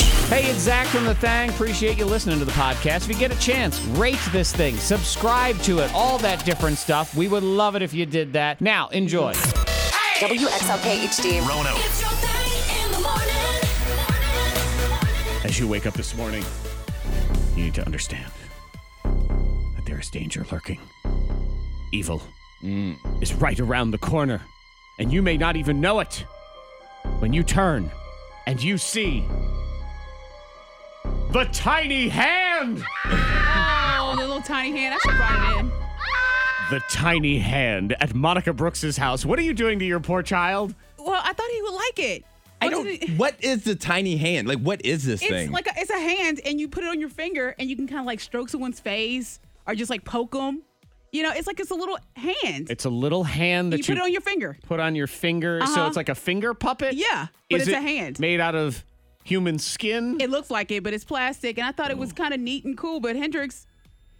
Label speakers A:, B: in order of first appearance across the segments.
A: Hey, it's Zach from The Thang. Appreciate you listening to the podcast. If you get a chance, rate this thing, subscribe to it, all that different stuff. We would love it if you did that. Now, enjoy.
B: WXLK HD.
C: Rono.
D: It's your thing in the morning.
A: As you wake up this morning, you need to understand that there is danger lurking. Evil is right around the corner, and you may not even know it. When you turn and you see the tiny hand,
E: Oh, the little tiny hand. I should brought it in.
A: the tiny hand at Monica Brooks's house. What are you doing to your poor child?
E: Well, I thought he would like it.
F: I
E: Wasn't
F: don't.
E: it-
F: What is the tiny hand? Like, what is this
E: It's
F: thing?
E: like a, it's a hand, and you put it on your finger, and you can kind of like stroke someone's face or just like poke them. You know, it's like it's a little hand.
A: It's a little hand that
E: you
A: you,
E: put it on your finger.
A: put on your finger, so
E: Uh-huh.
A: it's like a finger puppet.
E: Yeah, but
A: Is
E: it's a
A: it
E: hand.
A: made out of human skin.
E: It looks like it, but it's plastic, and I thought it was kind of neat and cool. But Hendrix,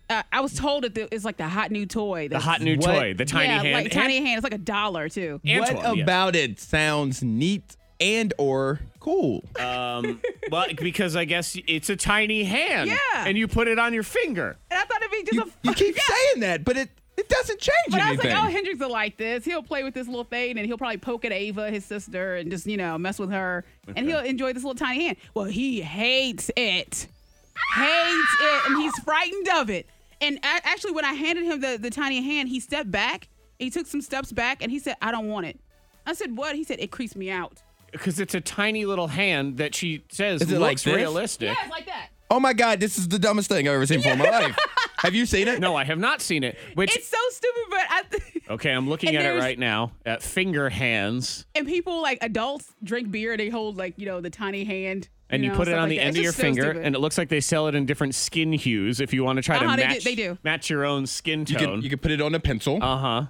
E: uh, I was told that the- it's like the hot new toy.
A: the hot new
F: What?
A: toy, the tiny
E: yeah,
A: hand.
E: like
A: And-
E: tiny hand. It's like a dollar too.
F: what
A: Antoine, yes.
F: about it sounds neat and or cool?
A: Well, because I guess it's a tiny hand.
E: Yeah.
A: And you put it on your finger.
E: And I thought it'd be
F: you,
E: just a
F: you keep saying that, but it it doesn't change
E: But I was
F: anything.
E: like, oh, Hendrix will like this. He'll play with this little thing and he'll probably poke at Ava, his sister, and just, you know, mess with her. And he'll enjoy this little tiny hand. Well, he hates it. Hates it. And he's frightened of it. And a- actually, when I handed him the, the tiny hand, he stepped back. He took some steps back and he said, I don't want it. I said, what? He said, it creeps me out.
A: Because it's a tiny little hand that she says
F: Is it like
A: looks
F: this?
A: realistic.
E: Yeah, it's like that.
F: oh my god, this is the dumbest thing I've ever seen for my life. Have you seen it?
A: No, I have not seen it. Which
E: It's so stupid, but I.
A: okay, I'm looking
E: And
A: at it
E: there's-
A: right now. At finger hands,
E: and people, like adults, drink beer and they hold, like, you know, the tiny hand.
A: and you,
E: know,
A: put it
E: stuff
A: on
E: like
A: the
E: that.
A: end
E: It's
A: of your
E: just so
A: finger,
E: stupid.
A: and it looks like they sell it in different skin hues. If you want to try
E: Uh-huh,
A: to
E: they do-
A: match,
E: they do.
A: match your own skin
F: You
A: tone.
F: could you could put it on a pencil.
A: Uh huh.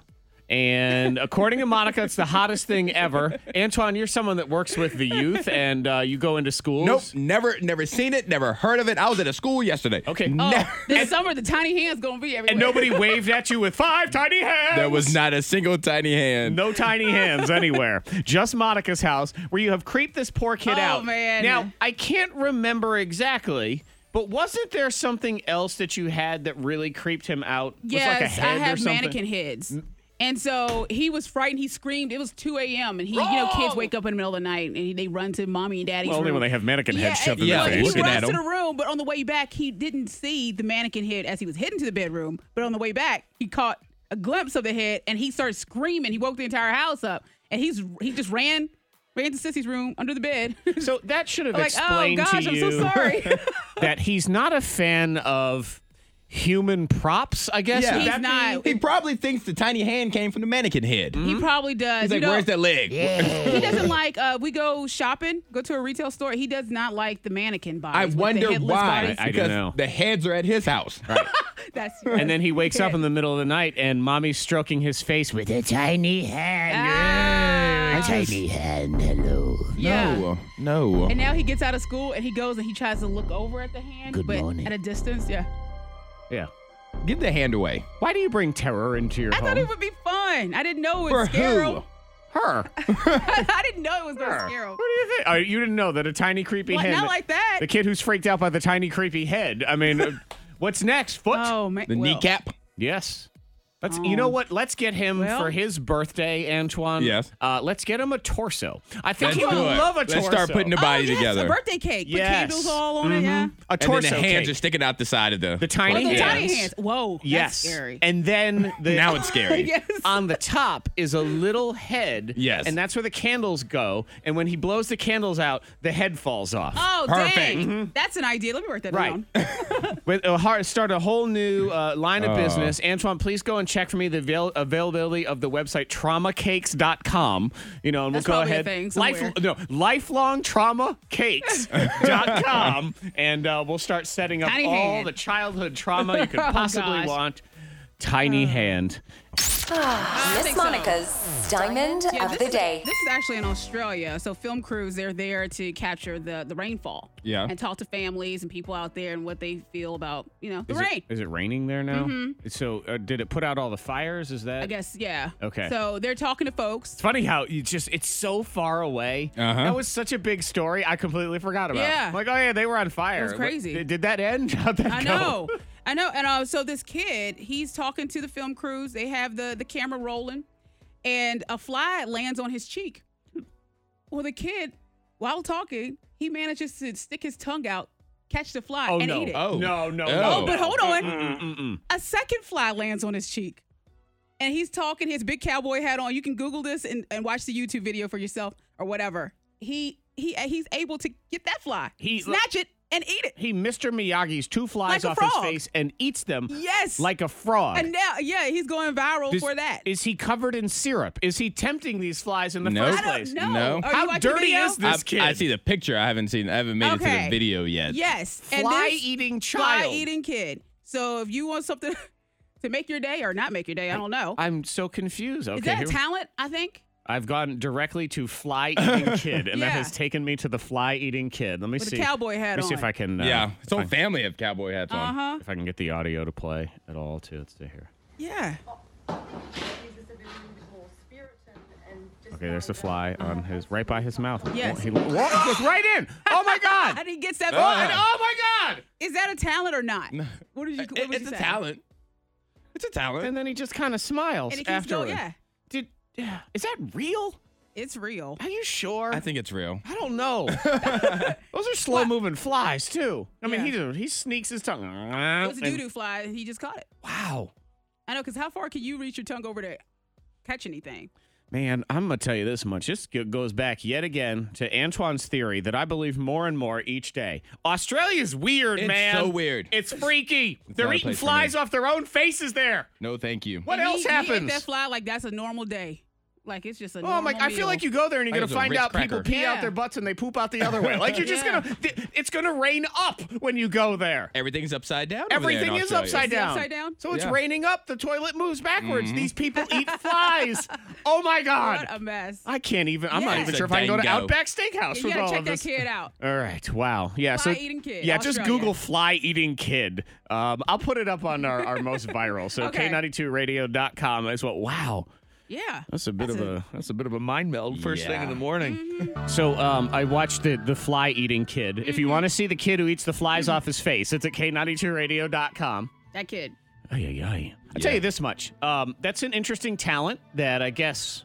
A: And according to Monica, it's the hottest thing ever. Antoine, you're someone that works with the youth, and uh, you go into schools.
F: nope, never never seen it, never heard of it. I was at a school yesterday.
A: Okay.
F: Never-
E: Oh, this summer the tiny hand's gonna be everywhere.
A: And nobody waved at you with five tiny hands.
E: Oh.
F: there was not a single tiny hand.
A: no tiny hands anywhere. Just Monica's house, where you have creeped this poor kid
E: Oh,
A: out.
E: man.
A: Now I can't remember exactly. But wasn't there something else that you had that really creeped him out? Was like
E: Yes,
A: a head
E: I
A: or
E: have
A: something? Mm.
E: mannequin heads. And so he was frightened. He screamed. It was 2 a.m. And he, you know, kids wake up in the middle of the night and he- they run to mommy and daddy's
A: Well, only
E: room.
A: when they have mannequin
E: yeah,
A: heads shoved
E: and-
A: in
F: yeah,
A: their face.
E: well, He
F: looking
E: runs
F: at
E: to the
F: 'em.
E: room, but on the way back, he didn't see the mannequin head as he was heading to the bedroom. But on the way back, he caught a glimpse of the head and he started screaming. He woke the entire house up. And he's he just ran, ran to Sissy's room under the bed.
A: So that should have
E: like, oh
A: explained
E: gosh,
A: to
E: I'm
A: you
E: so sorry.
A: that he's not a fan of human props. I guess
F: Yeah.
A: Would
F: He's
A: that be-
E: not.
F: He probably thinks the tiny hand came from the mannequin head.
E: he probably does.
F: He's
E: Mm. You
F: like,
E: know-
F: where's that leg?
E: he doesn't like uh we go shopping go to a retail store he does not like the mannequin bodies
F: I
E: with the
F: wonder
E: headless
F: why.
E: bodies.
A: I- I don't
F: because
A: know.
F: the heads are at his house.
E: that's
A: And then he wakes up in the middle of the night, and mommy's stroking his face with a tiny hand.
E: Ah.
A: A tiny hand. Hello.
E: yeah
F: No, no.
E: and now he gets out of school and he goes and he tries to look over at the hand
A: Good
E: but
A: morning.
E: at a distance yeah
A: Yeah.
F: Give the hand away.
A: Why do you bring terror into your
E: i
A: home?
E: thought it would be fun i didn't know it
F: For
E: was scare
F: who?
E: him
A: Her.
E: i didn't know it was gonna
A: Her.
E: scare him
A: What do you think? Oh, you didn't know that a tiny creepy
E: Like,
A: head.
E: not like that
A: The kid who's freaked out by the tiny creepy head. I mean, uh, what's next? Foot.
E: oh man
F: The
E: well,
F: kneecap.
A: Yes. Let's. You know what? Let's get him
E: Well-
A: for his birthday, Antoine.
F: Yes.
A: Uh, let's get him a torso. I think
F: That's
A: he would
F: good.
A: love a
F: Let's
A: torso.
F: start putting the
E: oh,
F: body
E: yes,
F: together. Mm-hmm.
E: a birthday cake put
A: Yes. Mm-hmm.
E: candles all on it yeah
A: a
F: and then
A: torso.
F: the hands
A: cake.
F: are sticking out the side of the
A: The tiny
E: oh, the
A: hands.
E: tiny hands whoa
A: Yes.
E: that's scary
A: And then the,
F: Now it's scary.
E: yes
A: on the top is a little head.
F: Yes.
A: And that's where the candles go. And when he blows the candles out, the head falls off.
E: Oh,
F: Perfect. Mm-hmm.
E: dang. That's an idea. Let me write that
A: Right.
E: down.
A: With a heart, start a whole new uh, line of business. Antoine, please go and check for me the avail- availability of the website traumacakes.com. You know, and
E: That's
A: we'll go
E: probably a
A: ahead.
E: thing
A: Life,
E: somewhere.
A: no, lifelongtraumacakes.com. and uh, we'll start setting up
E: Tiny
A: all
E: hand. Oh,
A: the childhood trauma you could possibly
E: gosh.
A: want. Tiny hand.
E: I
B: Miss
E: think so.
B: Monica's Diamond
E: Yeah,
B: of
E: this
B: the
E: is-
B: Day.
E: This is actually in Australia. So film crews, they're there to capture the, the rainfall.
F: Yeah.
E: And talk to families and people out there and what they feel about, you know, the
A: Is
E: rain.
A: it, is it raining there now? So uh, did it put out all the fires? Is that?
E: Mm-hmm. I guess, yeah.
A: Okay.
E: So they're talking to folks.
A: It's funny how you just it's so far away.
F: Uh-huh.
A: That was such a big story. I completely forgot about.
E: Yeah.
A: I'm like oh yeah, they were on fire.
E: was
A: What-
E: crazy.
A: did- did that end? How'd that
E: I
A: go?
E: know. I know. And uh, so this kid, he's talking to the film crews. They have the, the camera rolling, and a fly lands on his cheek. Well, the kid, while talking, he manages to stick his tongue out, catch the fly,
A: Oh
E: and
A: no.
E: eat it.
A: oh no! No!
F: Oh.
A: no.
E: Oh, but hold on.
A: Mm-mm.
E: A second fly lands on his cheek. And he's talking, his big cowboy hat on. You can Google this and, and watch the YouTube video for yourself or whatever. He he uh, he's able to get that fly.
A: He-
E: snatch it and eat it.
A: He Mr. Miyagi's two flies
E: Like a
A: off his
E: frog.
A: face and eats them.
E: Yes.
A: Like a frog.
E: And now yeah, he's going viral
A: Does-
E: for that.
A: Is he covered in syrup? Is he tempting these flies in the
F: Nope.
A: first
E: I
A: place?
E: don't know.
F: No.
E: Are you
A: How
E: watching the
A: dirty
E: video?
A: is this?
F: I,
A: kid.
F: I see the picture. I haven't seen. I haven't made it to
E: Okay.
F: the video yet.
E: Yes.
A: Fly
E: this
A: eating
E: fly
A: child.
E: eating kid. So if you want something to make your day or not make your day, I don't know.
A: I'm so confused. Okay,
E: is that
A: here
E: a
A: we-
E: talent, I think?
A: I've gone directly to fly eating kid, and that
E: Yeah.
A: has taken me to the fly eating kid. Let me
E: With a
A: see.
E: cowboy
A: Let
E: hat
A: me see
E: on.
A: if I can. Uh,
F: Yeah. His
A: If
F: whole
A: I,
F: family have cowboy hats on.
E: Uh-huh.
A: if I can get the audio to play at all, too. Let's see here.
E: Yeah.
A: Okay, there's the fly on his right by his mouth.
E: Uh-huh. Yes.
A: He, whoa, it goes right in. Oh my god.
E: And he gets that
A: Oh,
E: fly.
A: and- oh my god.
E: Is that a talent or not? What did you? What
F: It-
E: would
F: it's
E: you
F: a
E: say?
F: talent. It's a talent.
A: And then he just kind of smiles
E: And it keeps
A: afterward.
E: going. Yeah,
A: Dude, yeah. is that real?
E: it's real.
A: Are you sure?
F: I think it's real.
A: I don't know. Those are slow moving flies too. I mean,
E: Yeah.
A: he does, he sneaks his tongue.
E: It was
A: and-
E: a doo doo fly, and he just caught it.
A: wow,
E: I know, because how far can you reach your tongue over to catch anything?
A: man, I'm gonna tell you this much. This go- goes back yet again to Antoine's theory that I believe more and more each day. Australia's weird,
F: It's
A: man.
F: so weird.
A: It's freaky. They're
F: not a
A: eating
F: place for
A: flies
F: me.
A: off their own faces there.
F: No, thank you.
A: What
E: And he-
A: else
E: he ate
A: happens?
E: that fly like that's a normal day. Like it's just a.
A: Oh my!
E: normal
A: I feel
E: meal.
A: like you go there and you're
F: Like
A: gonna
F: it's a
A: find
F: Ritz
A: out people
F: cracker.
A: pee out
E: Yeah.
A: their butts and they poop out the other way. Like you're just
E: Yeah.
A: gonna. th- It's gonna rain up when you go there.
F: Everything's upside down. over there in
A: Everything is
F: Australia.
A: upside
E: Is it
A: down.
E: upside down?
A: So it's
F: Yeah. Mm-hmm.
A: raining up. The toilet moves backwards. These people eat flies. Oh my
E: What
A: god!
E: a mess.
A: I can't even. I'm not
E: Yeah.
A: even
E: It's a
A: sure if I can go to
F: dango.
A: Outback Steakhouse
E: you
A: with all
E: gotta check
A: of
E: that
A: this.
E: kid out.
A: All right. Wow. Yeah.
E: Fly
A: so
E: eating kid,
A: yeah, just
E: Australia.
A: Google fly eating kid. Um, I'll put it up on our, our most viral. So
E: Okay.
A: k92radio.com is what. Wow.
E: Yeah.
A: That's a bit of a, that's a bit of a mind meld first thing in
F: Yeah.
A: the morning.
E: Mm-hmm.
A: So um, I watched the the fly eating kid. If you want to see the kid who eats the flies
E: Mm-hmm.
A: off his face, it's at k92radio.com.
E: That kid.
A: Ay, ay, ay. I'll tell
F: Yeah.
A: you this much. Um, that's an interesting talent that I guess,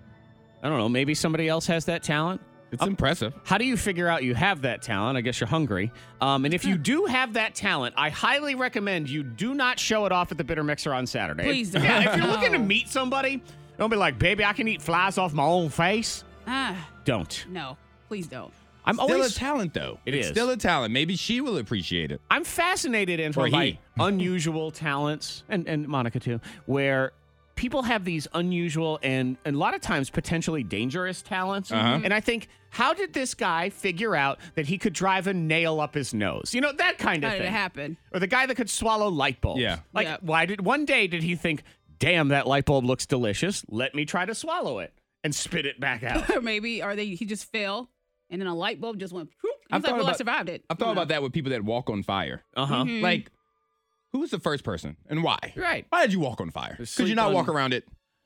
A: I don't know, maybe somebody else has that talent.
F: It's impressive.
A: How do you figure out you have that talent? I guess you're hungry. Um, and if you do have that talent, I highly recommend you do not show it off at the Bitter Mixer on Saturday.
E: Please don't.
A: Yeah, if you're looking to
E: No.
A: meet somebody, don't be like, baby, I can eat flies off my own face.
E: Ah,
A: Don't.
E: no. Please don't.
A: I'm
F: Still
A: always
F: a talent, though.
A: It
F: it's
A: is.
F: still a talent. Maybe she will appreciate it.
A: I'm fascinated,
F: Or
A: Antoine,
F: he.
A: by unusual talents, and, and Monica too, where people have these unusual and, and a lot of times potentially dangerous talents.
F: Uh-huh. Mm-hmm.
A: And I think, how did this guy figure out that he could drive a nail up his nose? You know, that kind of
E: How did
A: thing.
E: it happen?
A: Or the guy that could swallow light bulbs.
F: Yeah.
A: Like,
E: Yeah.
A: why did one day did he think, damn, that light bulb looks delicious. Let me try to swallow it and spit it back out.
E: Or maybe are they? He just fell, and then a light bulb just went. He's
F: I've
E: like,
F: thought
E: well, I
F: about-
E: survived it.
F: I've thought about that with people that walk on fire.
A: Uh huh.
F: Like, who was the first person and why?
A: Right.
F: Why did you walk on fire?
A: Just
F: Could you
A: sleep
F: not
A: on-
F: walk around it?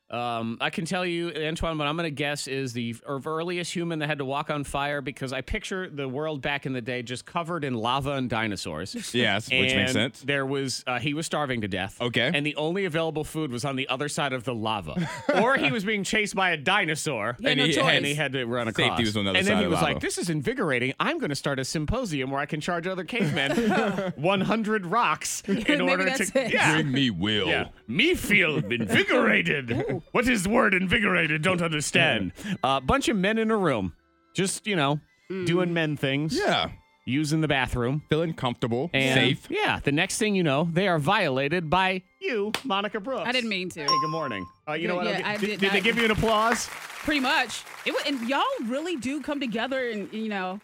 A: Um, I can tell you, Antoine, what I'm going to guess is the er- earliest human that had to walk on fire because I picture the world back in the day just covered in lava and dinosaurs.
F: Yes, which makes
A: And
F: sense.
A: There was uh, he was starving to death.
F: Okay.
A: and the only available food was on the other side of the lava, or he was being chased by a dinosaur.
E: had
F: And
E: no
F: he
E: choice.
A: and he had to run
F: Safety
A: across.
F: was on the other
A: and then
F: side
A: he
F: of
A: was
F: lava.
A: like, "This is invigorating. I'm going to start a symposium where I can charge other cavemen 100 rocks in
E: Maybe
A: order
E: that's
A: to
E: it.
A: Yeah.
F: Bring me will.
A: Yeah. Me feel invigorated. what is the word invigorated? Don't understand. A Uh, bunch of men in a room, just, you know,
E: Mm.
A: doing men things,
F: Yeah.
A: using the bathroom.
F: Feeling comfortable,
A: And
F: safe.
A: Yeah. The next thing you know, they are violated by you, Monica Brooks.
E: I didn't mean to.
A: Hey, good morning. Uh, you know what?
E: Yeah,
A: I'll get-
E: I
A: did,
E: did
A: did they
E: not-
A: give you an applause?
E: Pretty much. It was, and y'all really do come together, and you know,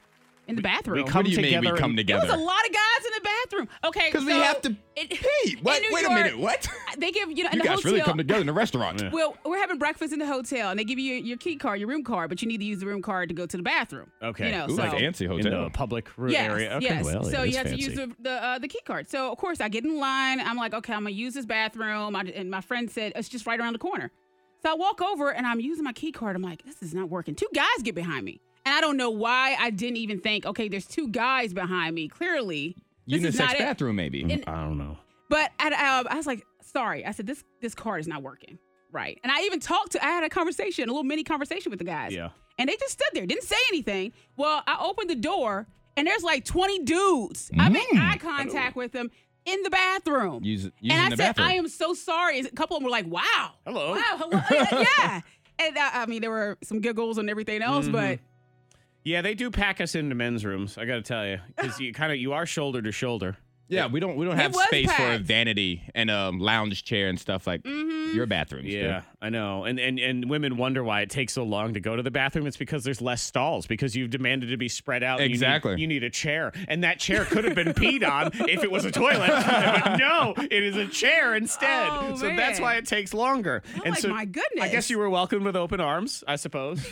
E: in the bathroom.
A: come
F: what do you mean
A: together
F: we come
A: and-
E: There
F: together?
E: was a lot of guys in the bathroom. Okay,
F: Because we
E: so
F: have to
E: in-
F: pee.
E: in
F: What?
E: New
F: Wait a
E: York,
F: minute. What?
E: They give you know in
F: You
E: the
F: guys
E: hotel.
F: really come together in the restaurant.
E: well, we're having breakfast in the hotel, and they give you your key card, your room card, but you need to use the room card to go to the bathroom.
A: Okay.
E: you know,
F: Ooh,
E: so
F: like fancy
A: in the
F: hotel.
A: public room
E: yes,
A: area. Okay,
E: yes.
A: well,
E: so
A: it
E: you
A: is
E: have
A: fancy.
E: to use the the, uh, the key card. So of course I get in line. I'm like, okay, I'm gonna use this bathroom. I, and my friend said it's just right around the corner. So I walk over and I'm using my key card. I'm like, this is not working. Two guys get behind me, and I don't know why I didn't even think. Okay, there's two guys behind me. Clearly, this is
F: Unisex
E: not it.
F: bathroom, maybe.
E: In-
A: I don't know.
E: But at, um, I was like, sorry. I said this this card is not working. Right. And I even talked to. I had a conversation, a little mini conversation with the guys.
A: Yeah.
E: And they just stood there, didn't say anything. Well, I opened the door, and there's like 20 dudes. I made eye contact with them in the bathroom.
F: Mm. Use- using
E: and I
F: the
E: said,
F: bathroom.
E: I am so sorry. A couple of them were like, wow.
A: Hello.
E: Wow. Hello. yeah. And uh, I mean, there were some giggles and everything else, but
F: Mm-hmm.
A: Yeah, they do pack us into men's rooms. I got to tell you, because you kind of you are shoulder to shoulder.
F: Yeah, we don't we don't have
E: was
F: space for a
E: packed.
F: vanity and a lounge chair and stuff like your bathrooms. dude.
A: Yeah, I know. And, and and women wonder why it takes so long to go to the bathroom. It's because there's less stalls because you've demanded to be spread out. and you need-
F: Exactly.
A: You need, a chair, and that chair could have been peed on if it was a toilet, but no, it is a chair instead.
E: Oh,
A: so that's
E: man.
A: why it takes longer.
E: I'm
A: and
E: like,
A: so
E: my goodness.
A: I guess you were welcomed with open arms, I suppose.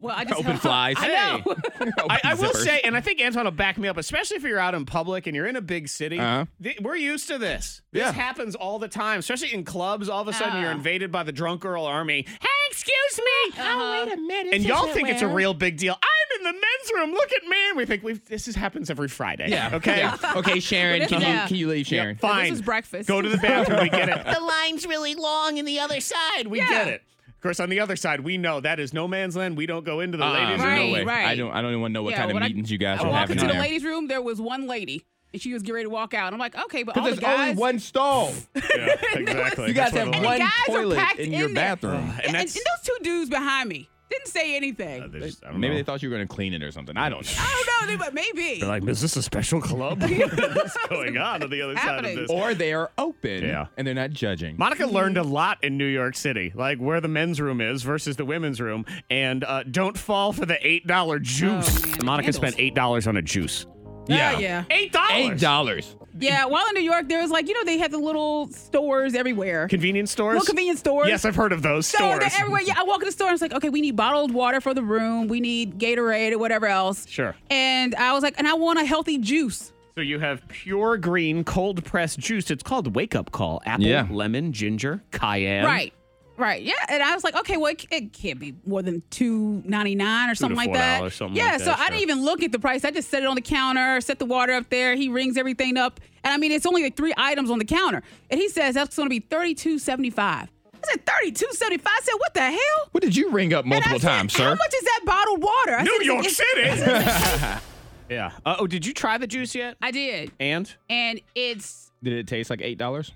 E: well, I just
F: Open flies.
E: I know.
A: I, I will
F: Zippers.
A: say, and I think Anton will back me up, especially if you're out in public and you're in a big city.
F: Uh-huh.
A: th- we're used to this. This
F: Yeah.
A: happens all the time, especially in clubs. All of a sudden, you're
E: Uh.
A: invaded by the drunk girl army. Hey, excuse me. Oh,
E: Uh-huh.
A: wait a minute. And y'all think it's a real big deal. I'm in the men's room. Look at me. And we think we've, this is, happens every Friday.
F: Yeah.
A: Okay.
F: Yeah. Okay, Sharon,
E: But
F: can
E: it's-
F: you can you leave Sharon?
A: Fine.
E: is breakfast.
A: Go to the bathroom. We get it. The line's really long in the other side. We
E: Yeah.
A: get it. Of course, on the other side, we know that is no man's land. We don't go into the
F: Uh-uh.
A: ladies'
E: Right.
A: room.
E: right.
F: I don't I don't even know what
E: Yeah,
F: kind of
E: when I-
F: meetings you guys
E: I
F: are
E: walked
F: having
E: into
F: in
E: the
F: there.
E: ladies' room. There was one lady, and she was getting ready to walk out. I'm like, okay, but all the
F: there's only
E: guys.
F: one stall.
A: Yeah, exactly.
F: You
A: That's
F: guys
A: what
F: have
A: it'll-
E: the
F: one
E: guys are
F: toilet
E: packed
F: in
E: in
F: your
E: there.
F: bathroom.
E: and, and
A: that's- Uh,
E: those two dudes behind me didn't say anything.
A: They just- I don't
F: Maybe
A: know.
F: they thought you were gonna clean it or something. I don't know.
E: I don't know, they- but maybe.
A: They're like, is this a special club? What's going on on the other side of
E: Happening. Mm-hmm.
A: this?
F: Or they are open
A: Yeah.
F: and they're not judging.
A: Monica learned a lot in New York City, like where the men's room is versus the women's room, and uh, don't fall for the eight dollar juice.
E: Oh, man,
A: Monica
E: candles.
A: spent eight dollars on a juice.
E: Yeah, yeah.
A: Eight dollars.
F: Eight dollars.
E: Yeah, while in New York, there was like, you know, they had the little stores everywhere.
A: Convenience stores.
E: Little convenience stores.
A: Yes, I've heard of those
E: so
A: stores.
E: they're everywhere. Yeah, I walk in the store and it's like, okay, we need bottled water for the room. We need Gatorade or whatever else.
A: Sure.
E: And I was like, and I want a healthy juice.
A: So you have pure green cold pressed juice. It's called Wake Up Call. Apple,
F: Yeah.
A: lemon, ginger, cayenne.
E: Right. Right. Yeah. And I was like, okay, well, it, it can't be more than two ninety nine or something like that.
A: $4, something
E: yeah.
A: like
E: so
A: that,
E: I
A: sure.
E: didn't even look at the price. I just set it on the counter, set the water up there. He rings everything up, and I mean, it's only like three items on the counter, and he says that's going to be thirty two seventy five. I said thirty two seventy five. I said, what the hell?
F: What did you ring up
E: And I
F: multiple
E: said,
F: times,
E: How
F: sir?
E: much is that bottled water? I
A: New
E: said,
A: York
E: "It's-
A: City. yeah. Uh, oh, did you try the juice yet?
E: I did,
A: And
E: and it's
F: Did it taste like eight dollars?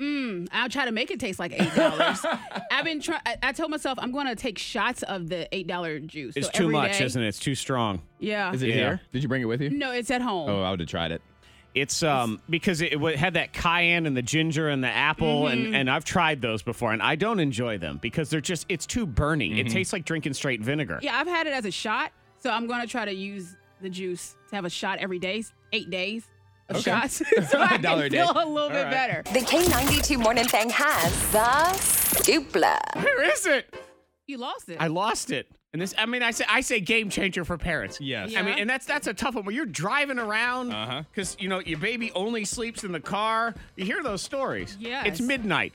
E: I'll try to make it taste like eight dollars. I've been trying. I told myself I'm going to take shots of the eight dollar juice.
A: it's
E: So
A: too
E: every
A: much,
E: day-
A: isn't it? It's too strong.
E: Yeah.
F: Is it
A: Yeah.
F: here? Did you bring it with you?
E: No, it's at home.
F: Oh, I would have tried it.
A: It's um because it, it had that cayenne and the ginger and the apple
E: Mm-hmm.
A: and and I've tried those before and I don't enjoy them because they're just it's too burny. It tastes like drinking straight vinegar.
E: Yeah, I've had it as a shot, so I'm going to try to use the juice to have a shot every day, eight days of shots, so I
F: Dollar
E: can
F: a
E: feel
F: day.
E: a little bit
A: right.
E: better.
B: The K92 Morning Thing has the dupla.
A: Where is it?
E: You lost it.
A: I lost it. And this I mean I say I say game changer for parents.
F: Yes.
A: I mean
E: Yeah.
A: and that's that's a tough one where you're driving around
F: Uh-huh.
A: cuz you know your baby only sleeps in the car. You hear those stories. It's
E: Yes.
A: midnight.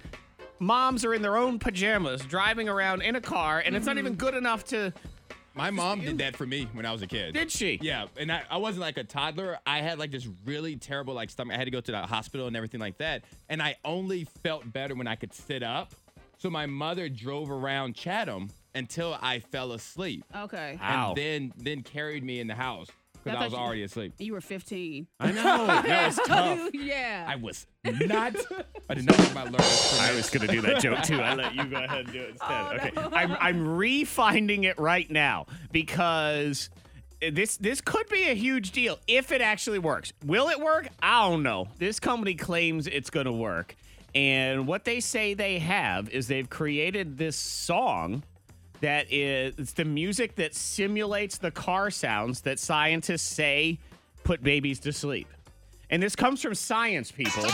A: Moms are in their own pajamas driving around in a car and
E: Mm-hmm.
A: it's not even good enough to
F: My mom did that for me when I was a kid.
A: Did she?
F: Yeah, and I, I wasn't like a toddler. I had like this really terrible like stomach. I had to go to the hospital and everything like that. And I only felt better when I could sit up. So my mother drove around Chatham until I fell asleep,
E: okay.
A: Ow.
F: and then then carried me in the house because
E: I
F: I was
E: thought you-
F: already asleep.
E: You were 15.
A: I know. That was tough.
E: yeah.
F: I was not. I did not think about learning.
A: I was gonna do that joke too. I let you go ahead and do it instead. okay, I'm I'm refinding it right now because this this could be a huge deal if it actually works. Will it work? I don't know. This company claims it's gonna work, and what they say they have is they've created this song. That is it's the music that simulates the car sounds that scientists say put babies to sleep. And this comes from science people.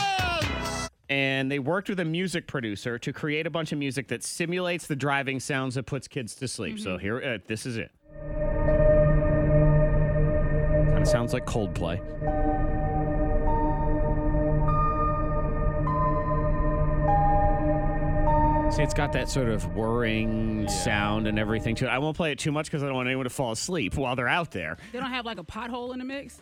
A: And they worked with a music producer to create a bunch of music that simulates the driving sounds that puts kids to sleep. So here, uh, this is it. Kind of sounds like Coldplay. See, it's got that sort of whirring sound and everything to it. I won't play it too much because I don't want anyone to fall asleep while they're out there.
E: They don't have like a pothole in the mix.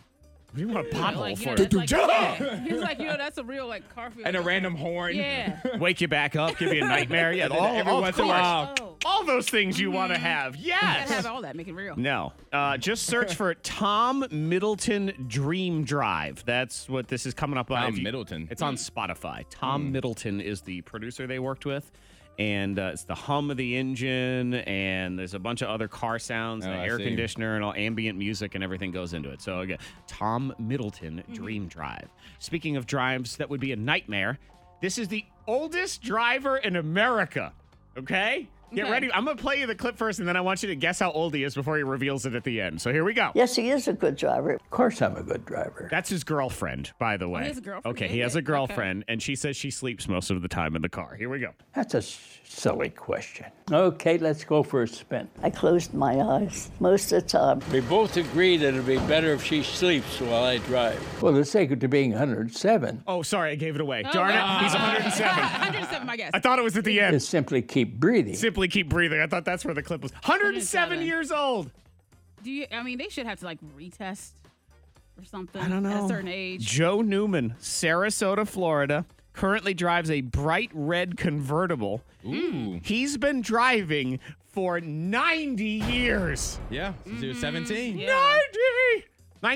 A: You want a
E: They're
A: pothole
E: like, you
A: Oh, for
E: know,
A: it.
E: that's like, yeah. He's like, you know, that's a real like car
F: and a random horn.
E: Yeah.
A: wake you back up, give you a nightmare. Yeah, all,
F: every
A: all,
F: once
A: of
F: in a
A: course.
F: while.
E: Oh,
A: all those things you want to have.
E: Mm-hmm. gotta have
A: Yes.
E: all that. Make it real.
A: No. Uh, just search for Tom Middleton Dream Drive. That's what this is coming up on.
F: Tom
A: If you-
F: Middleton. Hmm.
A: It's on Spotify. Tom Middleton is the producer they worked with. And uh, it's the hum of the engine, and there's a bunch of other car sounds, and
F: Oh,
A: the
F: I
A: air
F: see.
A: conditioner, and all ambient music, and everything goes into it. So again, Tom Middleton
E: Mm-hmm.
A: Dream Drive. Speaking of drives, that would be a nightmare. This is the oldest driver in America. Okay, get
E: Okay.
A: ready. I'm gonna play you the clip first, and then I want you to guess how old he is before he reveals it at the end. So here we go.
C: Yes, he is a good driver.
D: Of course, I'm a good driver.
A: That's his girlfriend, by the way.
E: Oh, has a girlfriend?
A: Okay,
E: Yeah,
A: he
E: yeah.
A: has a
E: Okay.
A: girlfriend, and she says she sleeps most of the time in the car. Here we go.
D: That's a s- silly question. Okay, let's go for a spin.
C: I closed my eyes most of the time.
G: Oh
H: We both agree that it'd be better if she sleeps while I drive.
D: Well, let's take it to being 107
A: Oh, sorry, I gave it away. Darn it, he's 107.
E: 107, my guess.
A: I thought it was at the end.
D: is simply keep breathing.
A: Simply keep breathing. I thought that's where the clip was. 107
E: 107.
A: years old.
E: Do you? I mean, they should have to like retest or something.
A: I don't know.
E: At a certain age.
A: Joe Newman, Sarasota, Florida, currently drives a bright red convertible.
F: Ooh.
A: He's been driving for 90 years.
F: Yeah. Since he was 17.
A: 90!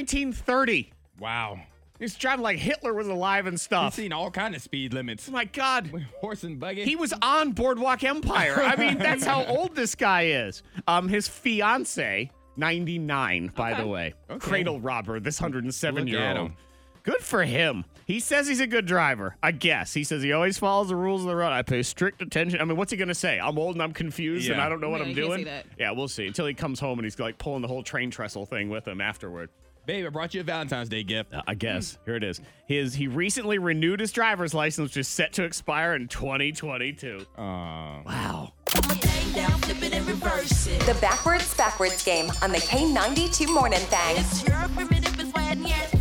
A: 1930.
F: Wow.
A: He's driving like Hitler was alive and
F: I've
A: stuff.
F: seen all kind of speed limits.
A: Oh my God.
F: Horse and buggy.
A: He was on Boardwalk Empire. I mean, that's how old this guy is. Um, his fiance, 99, by the way. Cradle robber, this 107
F: Look
A: year
F: at
A: old.
F: him.
A: Good for him. He says he's a good driver. I guess. He says he always follows the rules of the road. I pay strict attention. I mean, what's he going to say? I'm old and I'm confused and
F: Yeah.
A: I don't know what
E: No,
A: I'm
E: you can't
A: doing.
E: say that.
A: Yeah, we'll see. Until he comes home and he's like pulling the whole train trestle thing with him afterward.
F: Babe, I brought you a Valentine's Day gift.
A: I guess. Here it is. His he recently renewed his driver's license, which is set to expire in 2022. wow.
B: The backwards, backwards game on the K92 Morning Thing.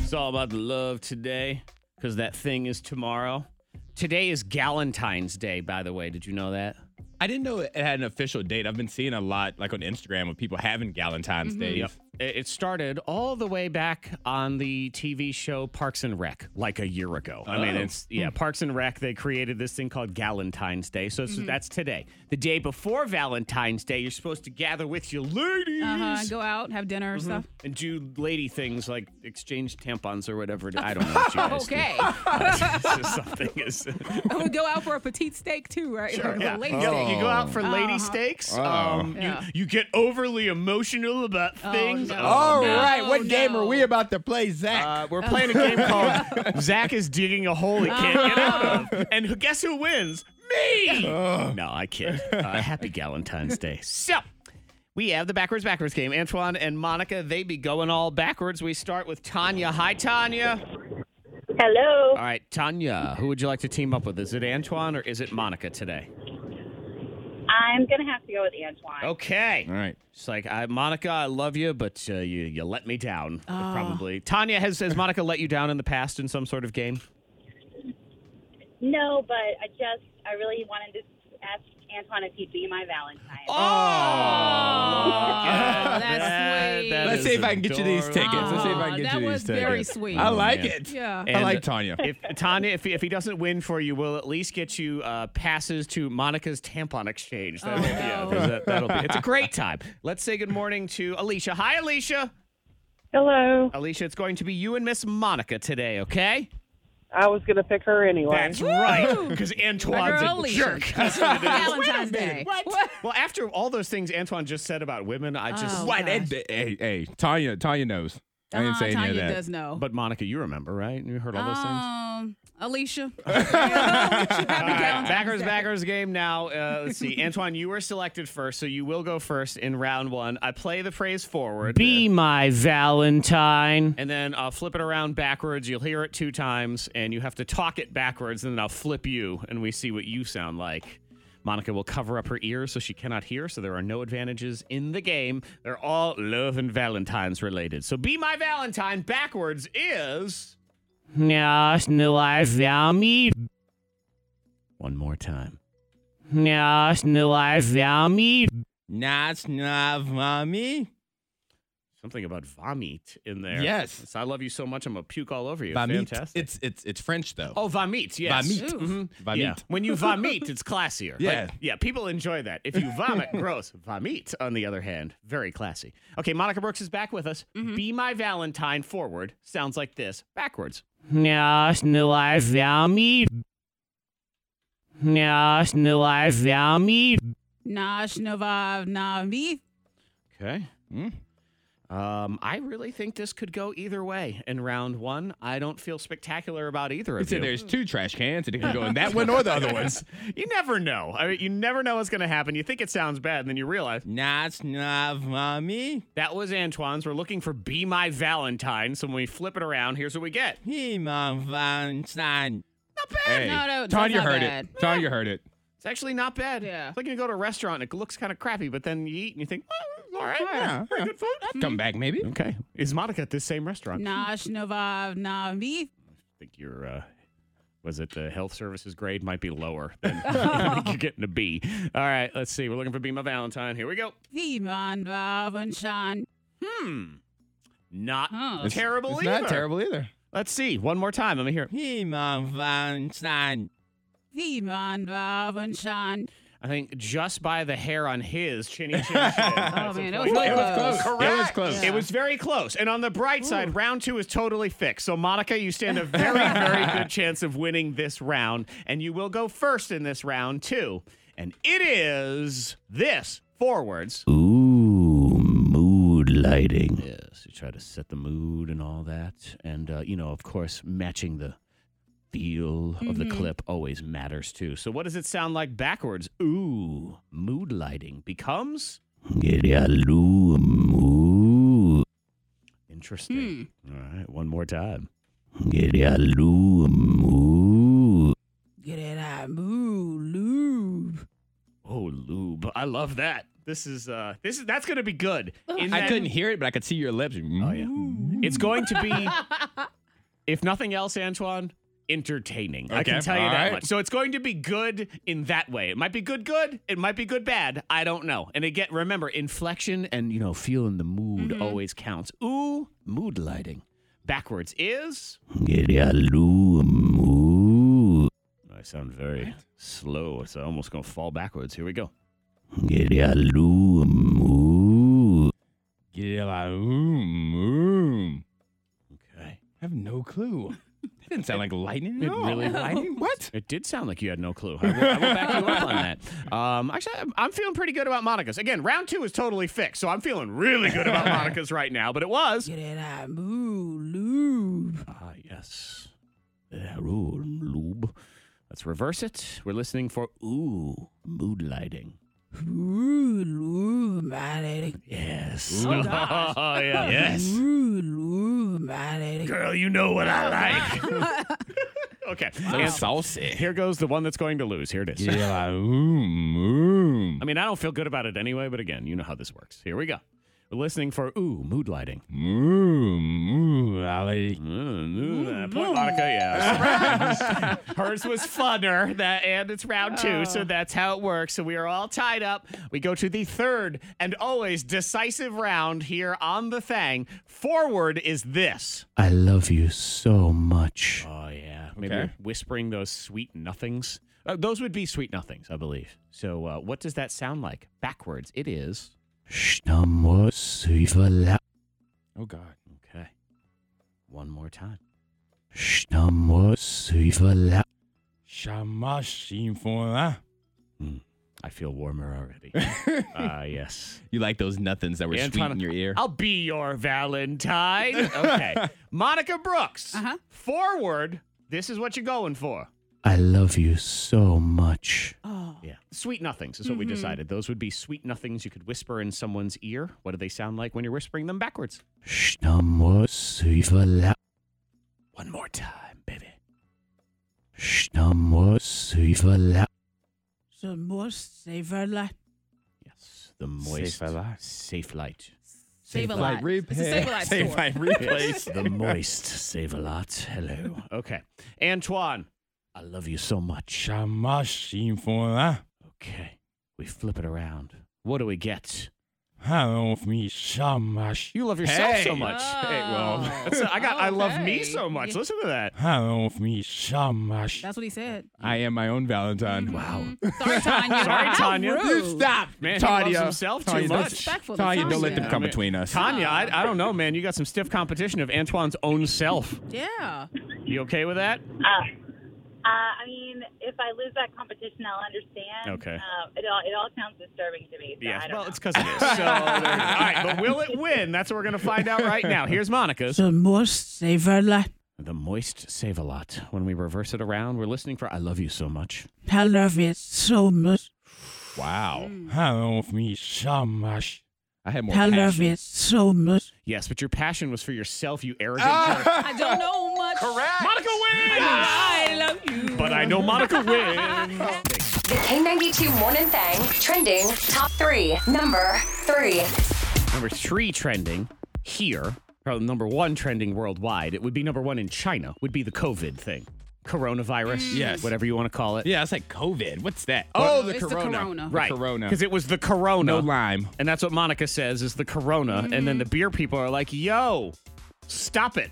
A: It's all about the love today because that thing is tomorrow. Today is Galentine's Day, by the way. Did you know that?
F: I didn't know it had an official date. I've been seeing a lot, like on Instagram, of people having
E: Mm-hmm.
F: Galentine's Day.
A: It it started all the way back on the TV show Parks and Rec, like a year ago. I mean,
F: Oh.
A: it's yeah, Parks and Rec. They created this thing called Galentine's Day, so it's, that's today. The day before Valentine's Day, you're supposed to gather with your ladies
E: Uh huh. Go out, have dinner or stuff.
A: and do lady things like exchange tampons or whatever. I don't know. What you guys do.
E: Okay.
A: It's just something is
E: I would go out for a petite steak too, right? Or a
A: Yeah.
E: late
A: Yep,
E: steak.
A: You go out for lady steaks. Um,
E: Yeah.
A: you, you get overly emotional about things. Oh,
E: no.
F: All
E: No,
F: right, What
E: Oh, no.
F: game are we about to play, Zach?
A: Uh, we're playing a game called Uh-huh. Zach is digging a hole he can't get out of. And who- guess who wins? Me! No, I kid. Uh, happy Valentine's Day. So, we have the backwards backwards game. Antoine and Monica, they be going all backwards. We start with Tanya. Hi, Tanya.
I: Hello.
A: All right, Tanya, who would you like to team up with? Is it Antoine or is it Monica today?
I: I'm going to have to go with Antoine.
A: Okay.
F: all right.
A: It's like, I, Monica, I love you, but uh, you you let me down. Probably. Tanya has has Monica let you down in the past in some sort of game?
I: No, but I just, I really wanted to ask Antoine if he'd be my Valentine.
F: Oh,
E: Oh, that's sweet.
A: that
F: Let's
A: is
F: see if I can get you these
A: adorable.
F: tickets. Let's see if I can get
E: Aw,
F: you
E: that
F: these
E: was very
F: tickets.
E: sweet.
F: I like
A: Yeah.
F: it.
E: Yeah.
F: I like
A: And-
F: Tanya.
A: If Tanya, if he, if he doesn't win for you, we'll at least get you uh, passes to Monica's tampon exchange. That,
E: Oh,
A: yeah,
E: no.
A: there's that, that'll be. It's a great time. Let's say good morning to Alicia. Hi, Alicia.
I: Hello.
A: Alicia, it's going to be you and Miss Monica today. Okay.
G: I was gonna pick her anyway.
A: That's right. Because Antoine's
E: girl
A: a
E: Alicia.
A: jerk. That's what it is.
E: Valentine's Day. What?
A: Well, after all those things Antoine just said about women, I just.
E: Oh,
F: What?
E: gosh.
F: Hey, hey, hey, Tanya, Tanya knows. I didn't
E: Uh,
F: say any
E: Tanya
F: of that.
E: does know.
A: But Monica, you remember, right? You heard all those things?
E: Um, um, Alicia. Alicia, happy Valentine's
A: Backers,
E: Day.
A: backers game now. Uh, let's see. Antoine, you were selected first, so you will go first in round one. I play the phrase forward. Be my Valentine. And then I'll flip it around backwards. You'll hear it two times, and you have to talk it backwards, and then I'll flip you, and we see what you sound like. Monica will cover up her ears so she cannot hear, so there are no advantages in the game. They're all love and Valentine's related. So be my Valentine backwards is. Yes, no, I found me one more time. Yes, no, I found me.
F: Nas na vami.
A: Something about vomit in there.
F: Yes.
A: So I love you so much, I'm going to puke all over you.
F: Vomit.
A: Fantastic.
F: It's it's it's French though.
A: oh, vomit, yes.
F: Vomit. Mm-hmm.
A: Mhm.
F: Vomit.
A: Yeah. When you vomit, it's classier. Like,
F: Yeah.
A: yeah, people enjoy that. If you vomit, gross. Vomit, on the other hand, very classy. Okay, Monica Brooks is back with us.
F: Mm-hmm.
A: Be my Valentine forward sounds like this backwards. Yes, no, I vomit. Yes, no, I vomit.
E: Nash Novav Navi.
A: Okay. Hmm. Um, I really think this could go either way in round one. I don't feel spectacular about either
F: It
A: of you.
F: said there's two trash cans, and it can go in that one or the other ones.
A: you never know. I mean, you never know what's going to happen. You think it sounds bad, and then you realize
F: Nas na vami.
A: that was Antoine's. We're looking for "Be My Valentine." So when we flip it around, here's what we get.
F: He my Valentine.
E: Not bad.
F: Hey,
E: no, no, that's
F: Tanya
E: not
F: heard
E: bad.
F: it. Tanya heard it.
A: It's actually not bad.
E: Yeah.
A: It's like you go to a restaurant, and it looks kind of crappy, but then you eat and you think, well, it's all right, yeah, pretty good food.
F: Come back maybe.
A: Okay. Is Monica at this same restaurant?
E: Nash Novav Navi.
A: I think your uh, was it the health services grade might be lower than I think you're getting a B. All right, let's see. We're looking for Be My Valentine. Here we go.
E: Viman Vav and Shan.
A: Not
E: Huh. It's-
A: terrible
F: It's
A: either.
F: not terrible either.
A: Let's see. One more time. Let me hear. it.
F: He my Valentine.
E: Viman Vav and Shan.
A: I think just by the hair on his chinny chin chin. That's a
E: Oh, man, that
A: point.
E: was really
A: It
E: close.
A: Correct.
F: That was close.
A: It was very close. And on the bright side, round two is totally fixed. So, Monica, you stand a very, very good chance of winning this round. And you will go first in this round, too. And it is this forwards. Ooh, mood lighting. Yes, you try to set the mood and all that. And, uh, you know, of course, matching the feel of the clip always matters too. So what does it sound like backwards? Ooh, mood lighting becomes Interesting.
F: Hmm.
A: All right, one more time.
E: Get it out. Moo lube.
A: Oh, lube. I love that. This is uh this is that's going to be good. In
F: I
A: that-
F: couldn't hear it, but I could see your lips.
A: Oh yeah. It's going to be if nothing else Antoine entertaining. I can
F: Okay,
A: tell you
F: all
A: that
F: right.
A: much. So it's going to be good in that way. It might be good good, it might be good bad, I don't know. And again, remember inflection and you know feeling the mood always counts. Ooh, mood lighting. Backwards is I sound very slow, so I'm almost going to fall backwards. Here we go. Okay.
F: I have no clue. That didn't sound like lightning.
A: It
F: at all.
A: really-
F: lightning? What?
A: It did sound like you had no clue. I will, I will back you up on that. Um, actually, I'm- I'm feeling pretty good about Monica's. Again, round two is totally fixed, so I'm feeling really good about Monica's right now. But it was.
E: Get it out. Moo lube.
A: Ah, yes. Yeah, ooh, lube. Let's reverse it. We're listening for ooh mood lighting.
E: Moo lube. My lady.
A: Yes. Oh, yeah. Yes.
E: Moo lube. My lady.
A: Girl, you know what
E: Oh,
A: I like. okay. And
F: Saucy.
A: here goes the one that's going to lose. Here it is. I mean, I don't feel good about it anyway, but again, you know how this works. Here we go. We're listening for ooh mood lighting. Mm, Point Monica, yeah. Hers was funner, that, and it's round two, so that's how it works. So we are all tied up. We go to the third and always decisive round here on the thing. Forward is this. I love you so much. Oh yeah, maybe
F: Okay.
A: you're whispering those sweet nothings. Uh, those would be sweet nothings, I believe. So uh, what does that sound like backwards? It is. Okay,
F: Oh God.
A: one more time.
F: Shamashimfora.
A: I feel warmer already. Ah, yes.
F: You like those nothings that were sweet
A: Antoine,
F: in your ear?
A: I'll be your Valentine. Okay. Monica Brooks.
E: Uh-huh.
A: Forward. This is what you're going for. I love you so much.
E: Oh.
A: Yeah. Sweet nothings is what we decided. Those would be sweet nothings you could whisper in someone's ear. What do they sound like when you're whispering them backwards? One more time, baby. Yes,
E: The more savor light.
A: the moist,
F: Safe alive.
A: safe light.
E: Save a lot. It's a save a lot
F: Save
E: store.
F: light replace.
A: the moist, save a lot. Hello. Okay. Antoine, I love you so much.
F: Shamashim for that.
A: Okay. We flip it around. What do we get?
F: Hello, me shamash.
A: You love yourself so
F: Hey.
A: much.
E: Hey, well, Oh.
A: That's- I got. I love me
E: Okay.
A: so much. Listen to that.
F: Hello, me shamash.
E: That's what he said.
F: I am my own Valentine.
A: Wow.
E: Sorry, Tanya.
A: Sorry,
E: How
A: Tanya.
E: rude.
A: You
F: Stop,
A: Man, he
F: Tanya.
A: loves himself too
F: Tanya, don't-
A: much.
E: Respectful to
F: Tanya, don't let
E: Tanya.
F: them come between us.
A: Tanya, I, I don't know, man. You got some stiff competition of Antoine's own self.
E: Yeah.
A: You okay with that?
I: Uh, uh, I mean, if I lose that competition, I'll understand.
A: Okay.
I: Uh, it all it all sounds disturbing to me. So I don't
A: Well,
I: know.
A: it's because it is. So, there- all right, but will it win? That's what we're going to find out right now. Here's Monica's.
E: The more savor light.
A: The moist save a lot. When we reverse it around, we're listening for I love you so much.
E: I love it so much.
F: Wow. Hello, me shamash. I had more
E: I love
F: passion.
E: it so much.
A: Yes, but your passion was for yourself, you arrogant jerk.
E: I don't know much. Correct.
A: Monica wins!
E: I love you.
A: But I know Monica wins.
B: The K92 Morning Thang trending top three. Number three.
A: number three trending here, probably number one trending worldwide. It would be number one in China. Would be the COVID thing, coronavirus,
F: Yes.
A: whatever you want to call it.
F: Yeah, it's like COVID. What's that?
A: Oh,
F: oh, the
E: It's the
F: corona.
E: corona.
A: right.
F: corona.
A: because it was the corona.
F: No lime.
A: and that's what Monica says is the corona, and then the beer people are like, "Yo, stop it!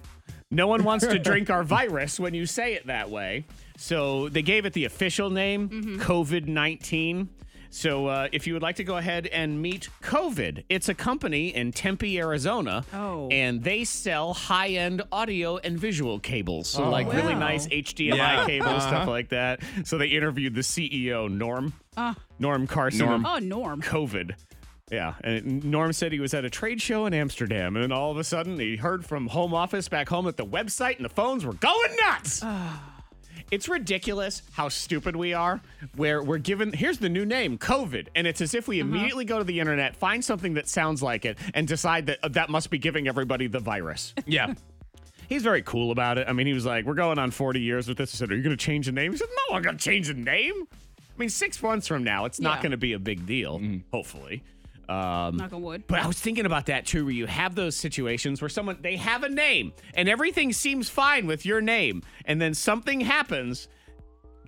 A: No one wants to drink our virus when you say it that way." So they gave it the official name,
E: Mm-hmm.
A: COVID nineteen. So uh, if you would like to go ahead and meet COVID, it's a company in Tempe, Arizona,
E: Oh.
A: and they sell high-end audio and visual cables, so like really
E: Oh, Wow.
A: nice HDMI
F: Yeah.
A: cables, stuff
F: Uh-huh.
A: like that. So they interviewed the CEO Norm, Norm Carson,
F: Norm.
E: Ah. Oh, Norm.
A: COVID. Yeah, and Norm said he was at a trade show in Amsterdam, and then all of a sudden he heard from home office back home that the website and the phones were going nuts. it's ridiculous how stupid we are. Where we're given here's the new name, COVID, and it's as if we immediately go to the internet, find something that sounds like it, and decide that uh, that must be giving everybody the virus.
F: Yeah.
A: He's very cool about it. I mean, he was like, "We're going on 40 years with this." I said, "Are you going to change the name?" He said, "No, I'm going to change the name." I mean, six months from now, it's not
E: Yeah.
A: going to be a big deal, hopefully. Um,
E: Knock on wood.
A: but I was thinking about that too, where you have those situations where someone they have a name and everything seems fine with your name, and then something happens.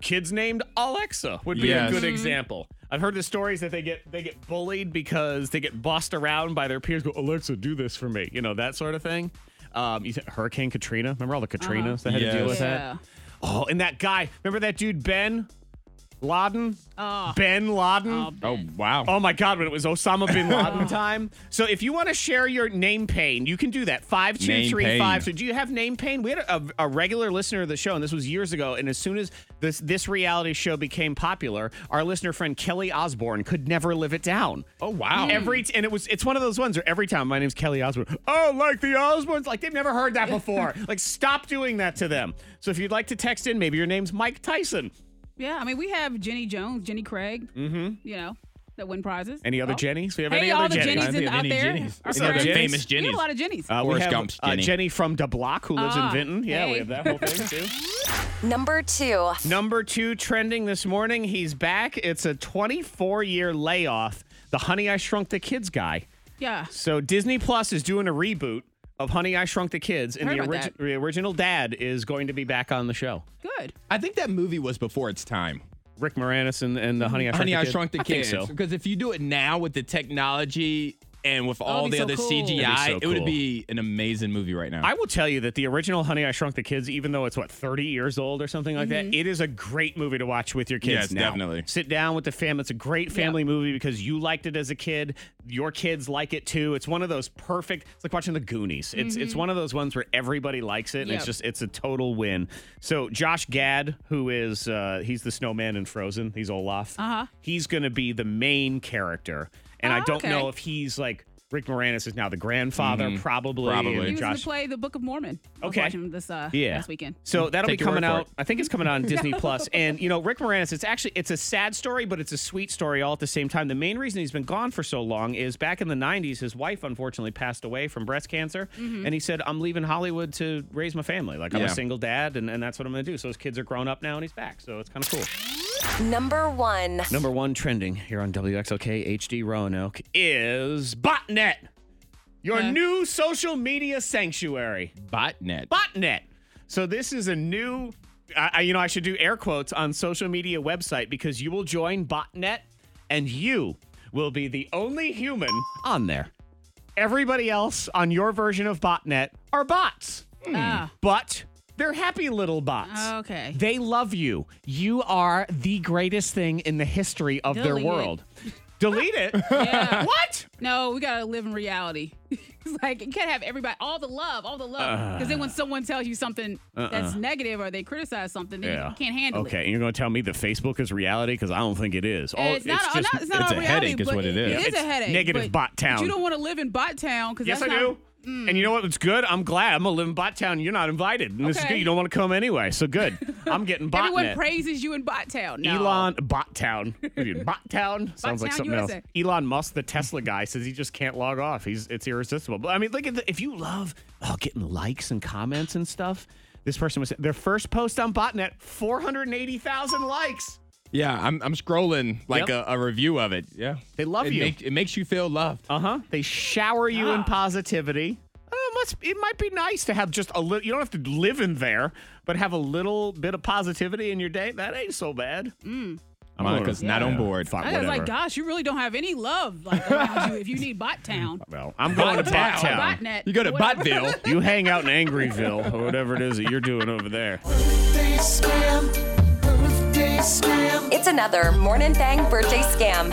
A: Kids named Alexa would be
F: Yes.
A: a good example. I've heard the stories that they get they get bullied because they get bossed around by their peers. Go Alexa, do this for me, you know that sort of thing. Um, you said Hurricane Katrina. Remember all the Katrinas that had to
F: Yes.
A: deal with
E: Yeah.
A: that. Oh, and that guy. Remember that dude Ben Laden. ben Laden.
F: Oh, wow.
A: Oh my God, when it was Osama bin Laden time. So if you want to share your name pain, you can do that. Five two
F: Name
A: three
F: pain.
A: five. So do you have name pain? We had a, a regular listener of the show, and this was years ago. And as soon as this this reality show became popular, our listener friend Kelly Osborne could never live it down.
F: Oh, wow.
A: Every t- and it was it's one of those ones where every time my name's Kelly Osborne. Oh, like the Osbournes, like they've never heard that before. like stop doing that to them. So if you'd like to text in, maybe your name's Mike Tyson.
E: Yeah, I mean, we have Jenny Jones, Jenny Craig, mm-hmm. you know, that win prizes.
A: Any other
E: Oh.
A: Jennys? We have
E: Hey,
A: any
E: all
A: other
E: the
A: Jennys?
E: Jennies
F: Can't
E: in,
F: think of
E: out
F: any
E: there.
F: Jennies.
E: are
F: Any
A: other
E: friends.
F: famous
E: We have
F: Jennies.
E: a lot of Jennies.
A: Uh, we
F: Forrest
A: have
F: Gump's
A: uh,
F: Jenny.
A: Jenny from De Block who lives in
E: Ah,
A: Vinton. Yeah, we
E: hey.
A: have that whole thing too.
B: Number two.
A: Number two trending this morning. He's back. It's a 24 year layoff. The Honey I Shrunk the Kids guy.
E: yeah.
A: So Disney Plus is doing a reboot of Honey I Shrunk the Kids, and
E: Heard
A: the,
E: about
A: orig-
E: that.
A: the original dad is going to be back on the show.
E: Good.
F: I think that movie was before its time.
A: Rick Moranis and, and the
E: Hmm.
A: Honey I Shrunk
F: Honey,
A: the
F: I
A: Kids.
F: Shrunk the Kids.
A: Think so.
F: Because if you do it now with the technology and with all the
E: it'd be so
F: other
E: cool.
F: CGI,
A: It'd be so
F: it would
A: cool.
F: be an amazing movie right now.
A: I will tell you that the original Honey I Shrunk the Kids, even though it's what thirty years old or something like
E: Mm-hmm.
A: that, it is a great movie to watch with your kids.
F: Yes,
A: now.
F: definitely.
A: Sit down with the family. It's a great family movie because you liked it as a kid. Your kids like it too. It's one of those perfect. It's like watching the Goonies. It's it's one of those ones where everybody likes it, and it's
E: Mm-hmm. Yep.
A: just it's a total win. So Josh Gad, who is uh, he's the snowman in Frozen. He's Olaf. Uh huh. He's going to be the main character, and I
E: Uh-huh. Oh,
A: don't
E: okay.
A: know if he's like Rick Moranis is now the grandfather, probably.
F: Mm-hmm. Probably.
A: and
E: He was going
A: Josh-
E: to play the Book of Mormon. I was
A: Okay.
E: watching this uh,
A: yeah.
E: last weekend.
A: So that'll
F: Mm. Take
A: be
F: your
A: coming
F: word for
A: out.
F: it.
A: I think it's coming out on Disney Plus. And you know, Rick Moranis, it's actually it's a sad story, but it's a sweet story all at the same time. The main reason he's been gone for so long is back in the nineties, his wife unfortunately passed away from breast cancer.
E: Mm-hmm.
A: And he said, I'm leaving Hollywood to raise my family. Like I'm
F: Yeah.
A: a single dad and, and that's what I'm gonna do. So his kids are grown up now and he's back. So it's kinda cool.
B: Number one.
A: Number one trending here on WXLK HD Roanoke is Botnet, your
E: Yeah.
A: new social media sanctuary.
F: Botnet.
A: Botnet. So this is a new, I, I- you know, I should do air quotes on social media website because you will join Botnet and you will be the only human on there. Everybody else on your version of Botnet are bots, Hmm.
E: Ah,
A: but they're happy little bots.
E: okay.
A: They love you. You are the greatest thing in the history of their
E: Delete it.
A: world. Delete it?
E: Yeah.
A: What?
E: No, we gotta live in reality. it's like you can't have everybody all the love, all the love. Because then
A: Uh-huh.
E: when someone tells you something that's negative or they criticize something, then you can't handle
A: Uh-uh. okay,
E: it. Uh,
A: and you're going to tell me that Facebook is reality? Because I don't think it is. Oh,
E: it's, not, not- it's not
F: it's
E: all
F: a
E: reality,
F: headache is
E: but
F: what it is.
E: It is
A: It's
E: a headache.
A: negative
E: but-
A: bot
E: but
A: town.
E: You don't want to live in bot town because
A: yes, I
E: that's
A: do.
E: not,
A: And you know what? It's good. I'm glad. I'm going to live in Bot Town. You're not invited. And this is
E: Okay.
A: good. You don't want to come anyway. So good. I'm getting Botnet.
E: Everyone praises you in bot town. No.
A: Elon Bot Town. What are you, Bot Town sounds like
E: Bottown,
A: something
E: USA.
A: else. Elon Musk, the Tesla guy, says he just can't log off. He's it's irresistible. But I mean, look at the, if you love oh, getting likes and comments and stuff. This person was their first post on Botnet, four hundred and eighty thousand likes.
F: Yeah, I'm, I'm scrolling like
A: Yep.
F: a, a review of it. Yeah.
A: They love
F: it
A: you.
F: make- it makes you feel loved.
A: Uh huh. They shower you in positivity. I don't know, it must it might be nice to have just a little. You don't have to live in there, but have a little bit of positivity in your day. That ain't so bad. I'm gonna-
F: Monica's not on board.
A: Fine,
E: I was
A: whatever.
E: like, gosh, you really don't have any love like around you if you need bot town.
A: well, I'm going to Bot
F: Bottown.
A: Town.
E: Botnet.
F: You go to
E: whatever.
F: Botville.
A: You hang out in Angryville or whatever it is that you're doing over there.
B: It's another Morning Thang birthday scam.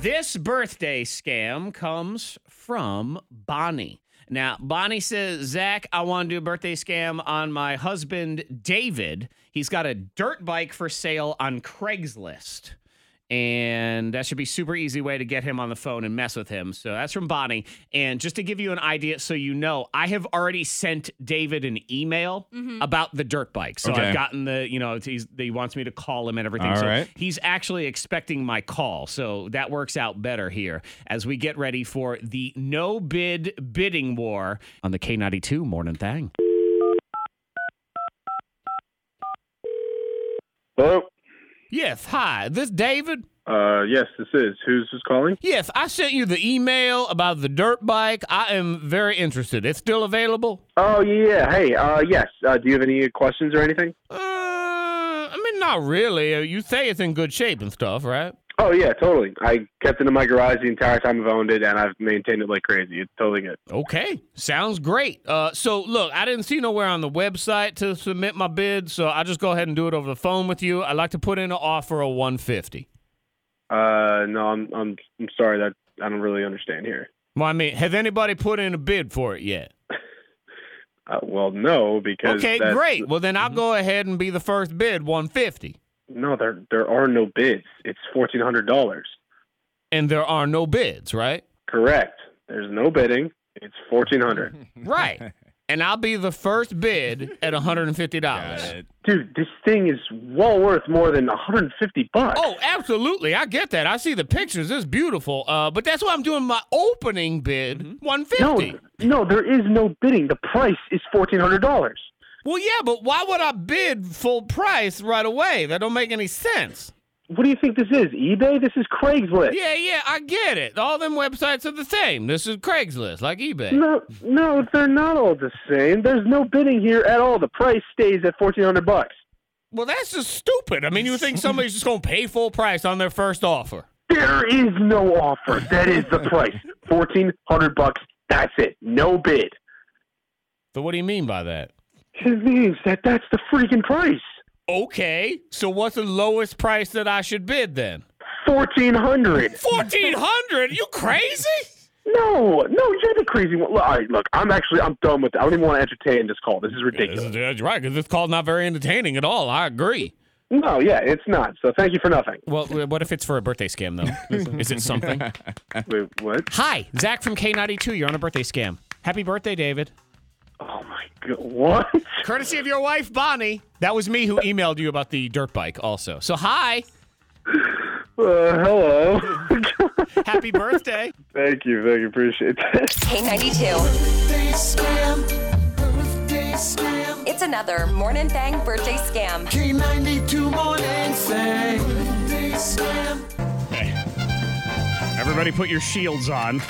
A: This birthday scam comes from Bonnie. Now, Bonnie says, Zach, I want to do a birthday scam on my husband, David. He's got a dirt bike for sale on Craigslist. And that should be super easy way to get him on the phone and mess with him. So that's from Bonnie. And just to give you an idea, so you know, I have already sent David an email about the dirt bike. So
F: Okay.
A: I've gotten the, you know, he's, he wants me to call him and everything.
F: All
A: so
F: right.
A: He's actually expecting my call, so that works out better here as we get ready for the no bid bidding war on the K92 Morning Thang.
J: Hello.
A: Yes, hi. This David.
J: Uh, yes, this is. Who's this calling?
A: Yes, I sent you the email about the dirt bike. I am very interested. It's still available.
J: Oh yeah. Hey. Uh, yes. Uh, do you have any questions or anything?
A: Uh, I mean, not really. You say it's in good shape and stuff, right?
J: Oh yeah, totally. I kept it in my garage the entire time I've owned it, and I've maintained it like crazy. It's totally good.
A: Okay, sounds great. Uh, so look, I didn't see nowhere on the website to submit my bid, so I just go ahead and do it over the phone with you. I'd like to put in an offer of 150.
J: Uh, no, I'm I'm I'm sorry that I don't really understand here.
A: Well, I mean, has anybody put in a bid for it yet?
J: Uh, well, no, because
A: Okay,
J: that's-
A: great. Well, then I'll go ahead and be the first bid, 150.
J: No, there there are no bids. It's fourteen hundred dollars.
A: And there are no bids, right?
J: Correct. There's no bidding. It's fourteen hundred.
A: Right. and I'll be the first bid at $150.
J: Dude, this thing is well worth more than one hundred and fifty bucks.
A: Oh, absolutely. I get that. I see the pictures. It's beautiful. Uh, but that's why I'm doing my opening bid, 150.
J: no, no, there is no bidding. The price is fourteen hundred dollars.
A: Well, yeah, but why would I bid full price right away? That don't make any sense.
J: What do you think this is? eBay? This is Craigslist.
A: Yeah, yeah, I get it. All them websites are the same. This is Craigslist, like eBay.
J: No, no, they're not all the same. There's no bidding here at all. The price stays at fourteen hundred bucks.
A: Well, that's just stupid. I mean, you think somebody's just gonna pay full price on their first offer?
J: There is no offer. That is the price. Fourteen hundred bucks. That's it. No bid.
A: So, what do you mean by that?
J: It means that that's the freaking price.
A: Okay, so what's the lowest price that I should bid then?
J: Fourteen hundred.
A: Fourteen hundred? You crazy?
J: No, no, you're the crazy one. Look, All right, look, I'm actually I'm done with. It. I don't even want to entertain this call. This is ridiculous.
A: That's right, because this call's not very entertaining at all. I agree.
J: No, yeah, it's not. So thank you for nothing.
A: Well, w- what if it's for a birthday scam, though? Is it something?
J: Wait, what?
A: Hi, Zach from K92. You're on a birthday scam. Happy birthday, David.
J: Oh my god, what?
A: Courtesy of your wife, Bonnie. That was me who emailed you about the dirt bike, also. So, hi.
J: Uh, hello.
A: Happy birthday.
J: thank you, thank you, appreciate that.
B: K92. It's another Morning Thang birthday scam.
A: Hey. Everybody put your shields on.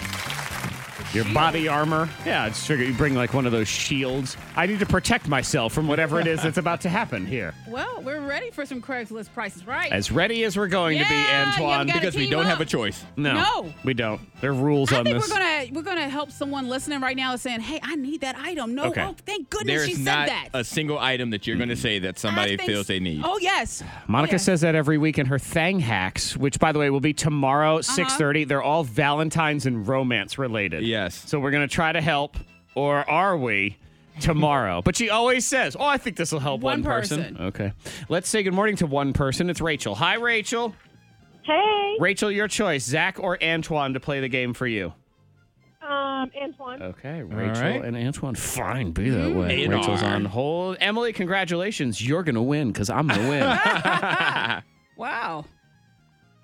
A: Your body armor. Yeah, it's figure you bring like one of those shields. I need to protect myself from whatever it is that's about to happen here.
E: Well, we're ready for some Craigslist prices, right?
A: As ready as we're going to be,
E: Yeah, you've
A: Antoine.
E: gotta
F: Because we
E: team
F: don't
E: up.
F: have a choice.
A: no,
E: No.
A: we don't. There are rules
E: I
A: on
E: think
A: this.
E: we're gonna we're gonna help someone listening right now that's saying, "Hey, I need that item." No,
A: Okay.
E: oh, thank goodness
F: There's
E: she said
F: not
E: that.
F: a single item that you're going to
A: Mm-hmm.
F: say that somebody
E: I think
F: feels
E: s-
F: they need.
E: Oh yes,
A: Monica
E: Yeah.
A: says that every week in her Thang Hacks, which by the way will be tomorrow,
E: Uh-huh.
A: six thirty. They're all Valentine's and romance related.
F: Yes.
A: So we're gonna try to help, or are we? Tomorrow, but she always says, "Oh, I think this will help one,
E: One
A: person.
E: person.
A: Okay, let's say good morning to one person. It's Rachel. Hi, Rachel.
G: Hey,
A: Rachel, your choice: Zach or Antoine to play the game for you.
G: um, Antoine.
A: Okay, Rachel
F: right.
A: and Antoine. Fine, be that way.
F: A&R.
A: Rachel's on hold. Emily, congratulations. You're gonna win because I'm gonna win.
E: wow,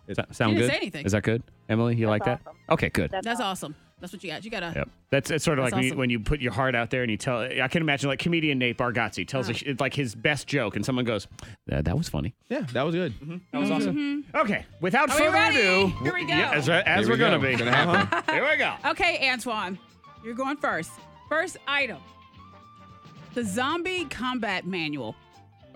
A: Does that sound
E: You didn't
A: good?
E: say anything.
A: Is that good, Emily? You like that? Okay, good.
E: that's awesome. That's what you got. You gotta.
A: Yep. That's it's sort of
E: That's
A: like when you-
E: awesome.
A: when you put your heart out there and you tell. I can imagine like comedian Nate Bargatze tells a, like his best joke, and someone goes, "That, that was funny.
F: yeah, that was good.
A: Mm-hmm. That
E: Mm-hmm.
A: was awesome." Okay. Without
E: Are we
A: further
E: ready?
A: ado,
E: Here we go.
A: Yeah, as, as
F: Here
A: we're
F: we
A: gonna
F: go.
A: be.
F: Gonna happen.
A: Uh-huh. Here we go.
E: Okay, Antoine, you're going first. First item: the zombie combat manual.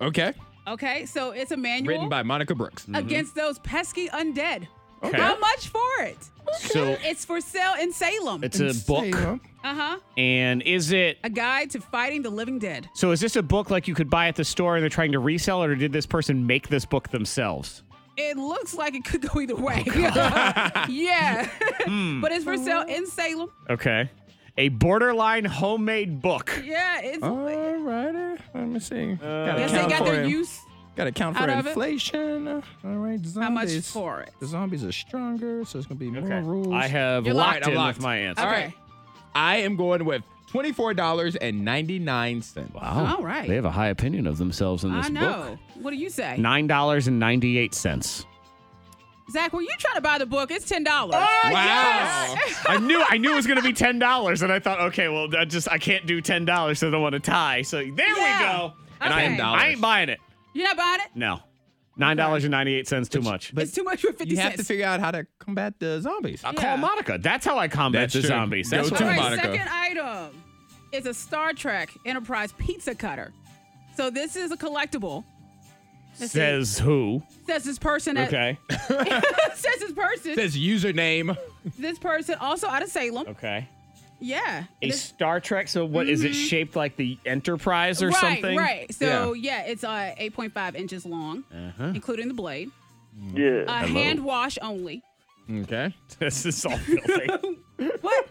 F: Okay.
E: Okay, so it's a manual
F: Written by Mm-hmm. Monica Brooks.
E: against those pesky undead.
A: Okay.
E: How much for it?
A: So
E: It's for sale in Salem.
A: it's a book,
E: uh huh.
A: and is it?
E: A guide to fighting the living dead.
A: So is this a book like you could buy at the store and they're trying to resell, it, or did this person make this book themselves?
E: It looks like it could go either
F: Oh,
E: way. yeah.
F: Hmm.
E: But it's for sale in Salem.
A: Okay. A borderline homemade book.
E: Yeah, it's
F: All righty. Let me see. gotta,
E: guess they got their use
F: gotta count
E: out
F: for
E: of it.
F: inflation. All right. Zombies.
E: how much for it.
F: The zombies are stronger, so it's going to be more
A: Okay.
F: rules.
A: I have
F: You're
A: locked
F: locked. I'm
A: in
F: locked.
A: with my answer.
E: Okay.
F: I am going with $24.99.
A: Wow.
E: All right.
A: They have a high opinion of themselves in this
E: I
A: book.
E: know. What do you say?
A: Nine dollars and ninety-eight cents.
E: Zach, were you trying to buy the book? It's ten dollars.
F: Ah! Wow.
A: I knew I knew it was going to be ten dollars, and I thought, okay, well, I just I can't do ten dollars, so I don't want to tie. So there
E: Yeah.
A: we go. And I,
E: Okay.
A: I ain't buying it.
E: You're not buying it?
A: No, nine dollars and ninety-eight cents too much.
E: it's too much for fifty
F: You have to
E: cents.
F: figure out how to combat the zombies.
A: I call Monica. That's how I combat
F: That's
A: the
F: true.
A: zombies.
F: Go
A: That's
F: to
A: what
E: All
A: I-
E: right,
F: Monica.
E: second item is a Star Trek Enterprise pizza cutter. So this is a collectible. Let's see.
A: says who?
E: says this person at-
A: Okay.
E: says this person
F: It says username.
E: this person also out of Salem.
A: Okay.
E: Yeah.
A: A
E: This- Mm-hmm.
A: Star Trek. So what is it shaped like the Enterprise or
E: right,
A: something?
E: Right. So yeah, it's uh, 8.5 inches long, including the blade.
J: Yeah.
E: Uh, hand wash only.
F: Okay.
A: This is all filthy.
E: What?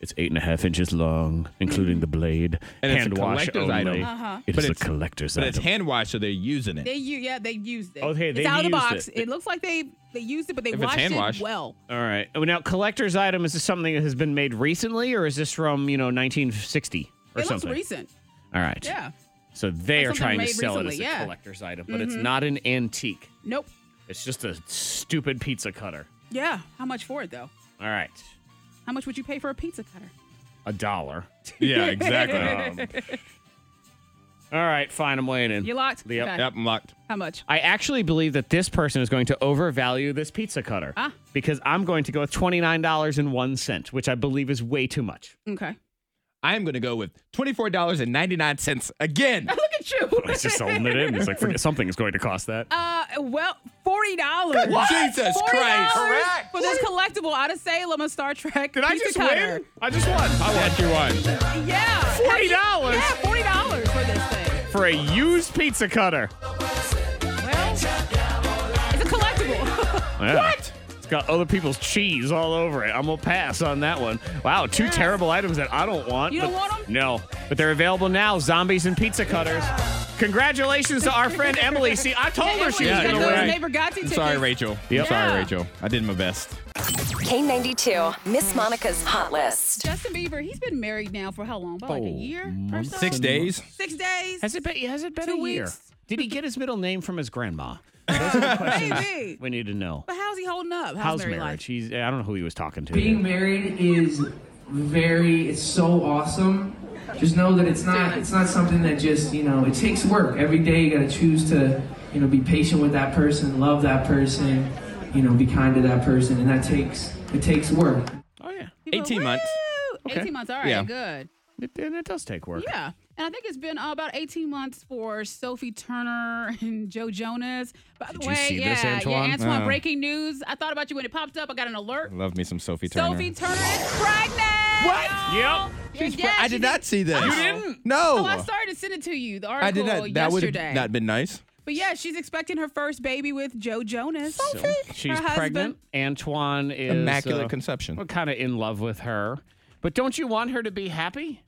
A: It's eight and a half inches long, including the blade.
F: And it's a
A: hand wash
F: collector's
A: only.
F: item.
A: It
E: Uh-huh.
F: But
A: is a
F: it's-
A: collector's
F: But it's
A: item.
F: hand washed, so they're using it.
E: they u- yeah they used it.
A: Okay, Oh, they
E: it's out of the
A: used
E: box.
A: it.
E: It. looks like they they used it, but they
F: If it's
E: washed
F: hand
E: it
F: washed.
E: well.
A: All right. Oh, Now, collector's item is this something that has been made recently, or is this from you know 1960 or
E: it
A: something?
E: looks recent.
A: All right.
E: Yeah.
A: So they are
E: Like something
A: trying to
E: made
A: sell it as a
E: recently, yeah. Mm-hmm.
A: collector's item, but it's not an antique.
E: Nope.
A: It's just a stupid pizza cutter.
E: Yeah. How much for it though?
A: All right.
E: How much would you pay for a pizza cutter?
A: A dollar.
F: Yeah, exactly. Um,
A: All right. Fine. I'm weighing in.
E: You locked.
A: Yep.
E: Okay.
F: yep, I'm locked.
E: How much?
A: I actually believe that this person is going to overvalue this pizza cutter
E: Ah.
A: because I'm going to go with twenty nine dollars and one cent, which I believe is way too much.
E: Okay.
F: I am going to go with $24.99 again.
E: Look at you.
A: It's just holding it in. It's like forget, something is going to cost that.
E: Uh, well, forty dollars.
F: Jesus
E: $40
F: Christ.
E: For this collectible out of Salem, a Star Trek.
A: Did I
E: pizza
A: just
E: cutter.
A: win? I just won.
F: I want you one.
E: Yeah.
A: $40?
E: Yeah, forty dollars for this thing.
A: for a used pizza cutter.
E: Well, it's a collectible.
A: What? It's got other people's cheese all over it. I'm gonna pass on that one. Wow, two terrible items that I don't want.
E: You don't
A: but-
E: want 'em?
A: No, but they're available now. Zombies and pizza cutters. Congratulations to our friend Emily. See, I told her she was
E: Emily, you
A: going to
E: got those
A: win.
E: neighbor Gotti
F: I'm
E: tickets.
F: sorry, Rachel.
A: Yep.
F: I'm sorry,
E: Yeah.
F: Rachel. I did my best.
B: K92, Miss Monica's Hot List.
E: Justin Bieber, he's been married now for how long? About like a year or so?
F: Oh, Six days.
E: Six days.
A: Has it been? Has it been
E: Two
A: a year?
E: weeks.
A: Did he get his middle name from his grandma?
E: Maybe.
A: We need to know.
E: But how's he holding up?
A: How's
E: married
A: marriage?
E: life?
A: He's. I don't know who he was talking to.
K: Being married is very it's so awesome. Just know that it's not it's not something that just, you know, it takes work. Every day you gotta choose to, you know, be patient with that person, love that person, you know, be kind to that person, and that takes it takes work.
A: oh yeah,
E: People are,
F: 18 months.
E: "Woo!"
A: Okay.
E: 18 months. All right,
F: Yeah.
E: good.
A: it, and it does take work.
E: Yeah. And I think it's been uh, about 18 months for Sophie Turner and Joe Jonas. By the
F: Did you
E: way,
F: see
E: yeah,
F: this, Antoine?
E: yeah, Antoine,
F: Uh.
E: breaking news. I thought about you when it popped up. I got an alert.
F: Love me some Sophie Turner.
E: Sophie Turner is pregnant.
A: What? Yep.
E: She's
F: But I did not see this.
E: You didn't?
F: No.
E: Oh, I started to send it to you. The article
F: I did not. That would
E: yesterday.
F: have not been nice.
E: But yeah, she's expecting her first baby with Joe Jonas.
A: So, she's
E: her
A: pregnant.
E: husband.
A: Antoine is
F: Immaculate
A: uh,
F: conception.
A: We're kind of in love with her, but don't you want her to be happy?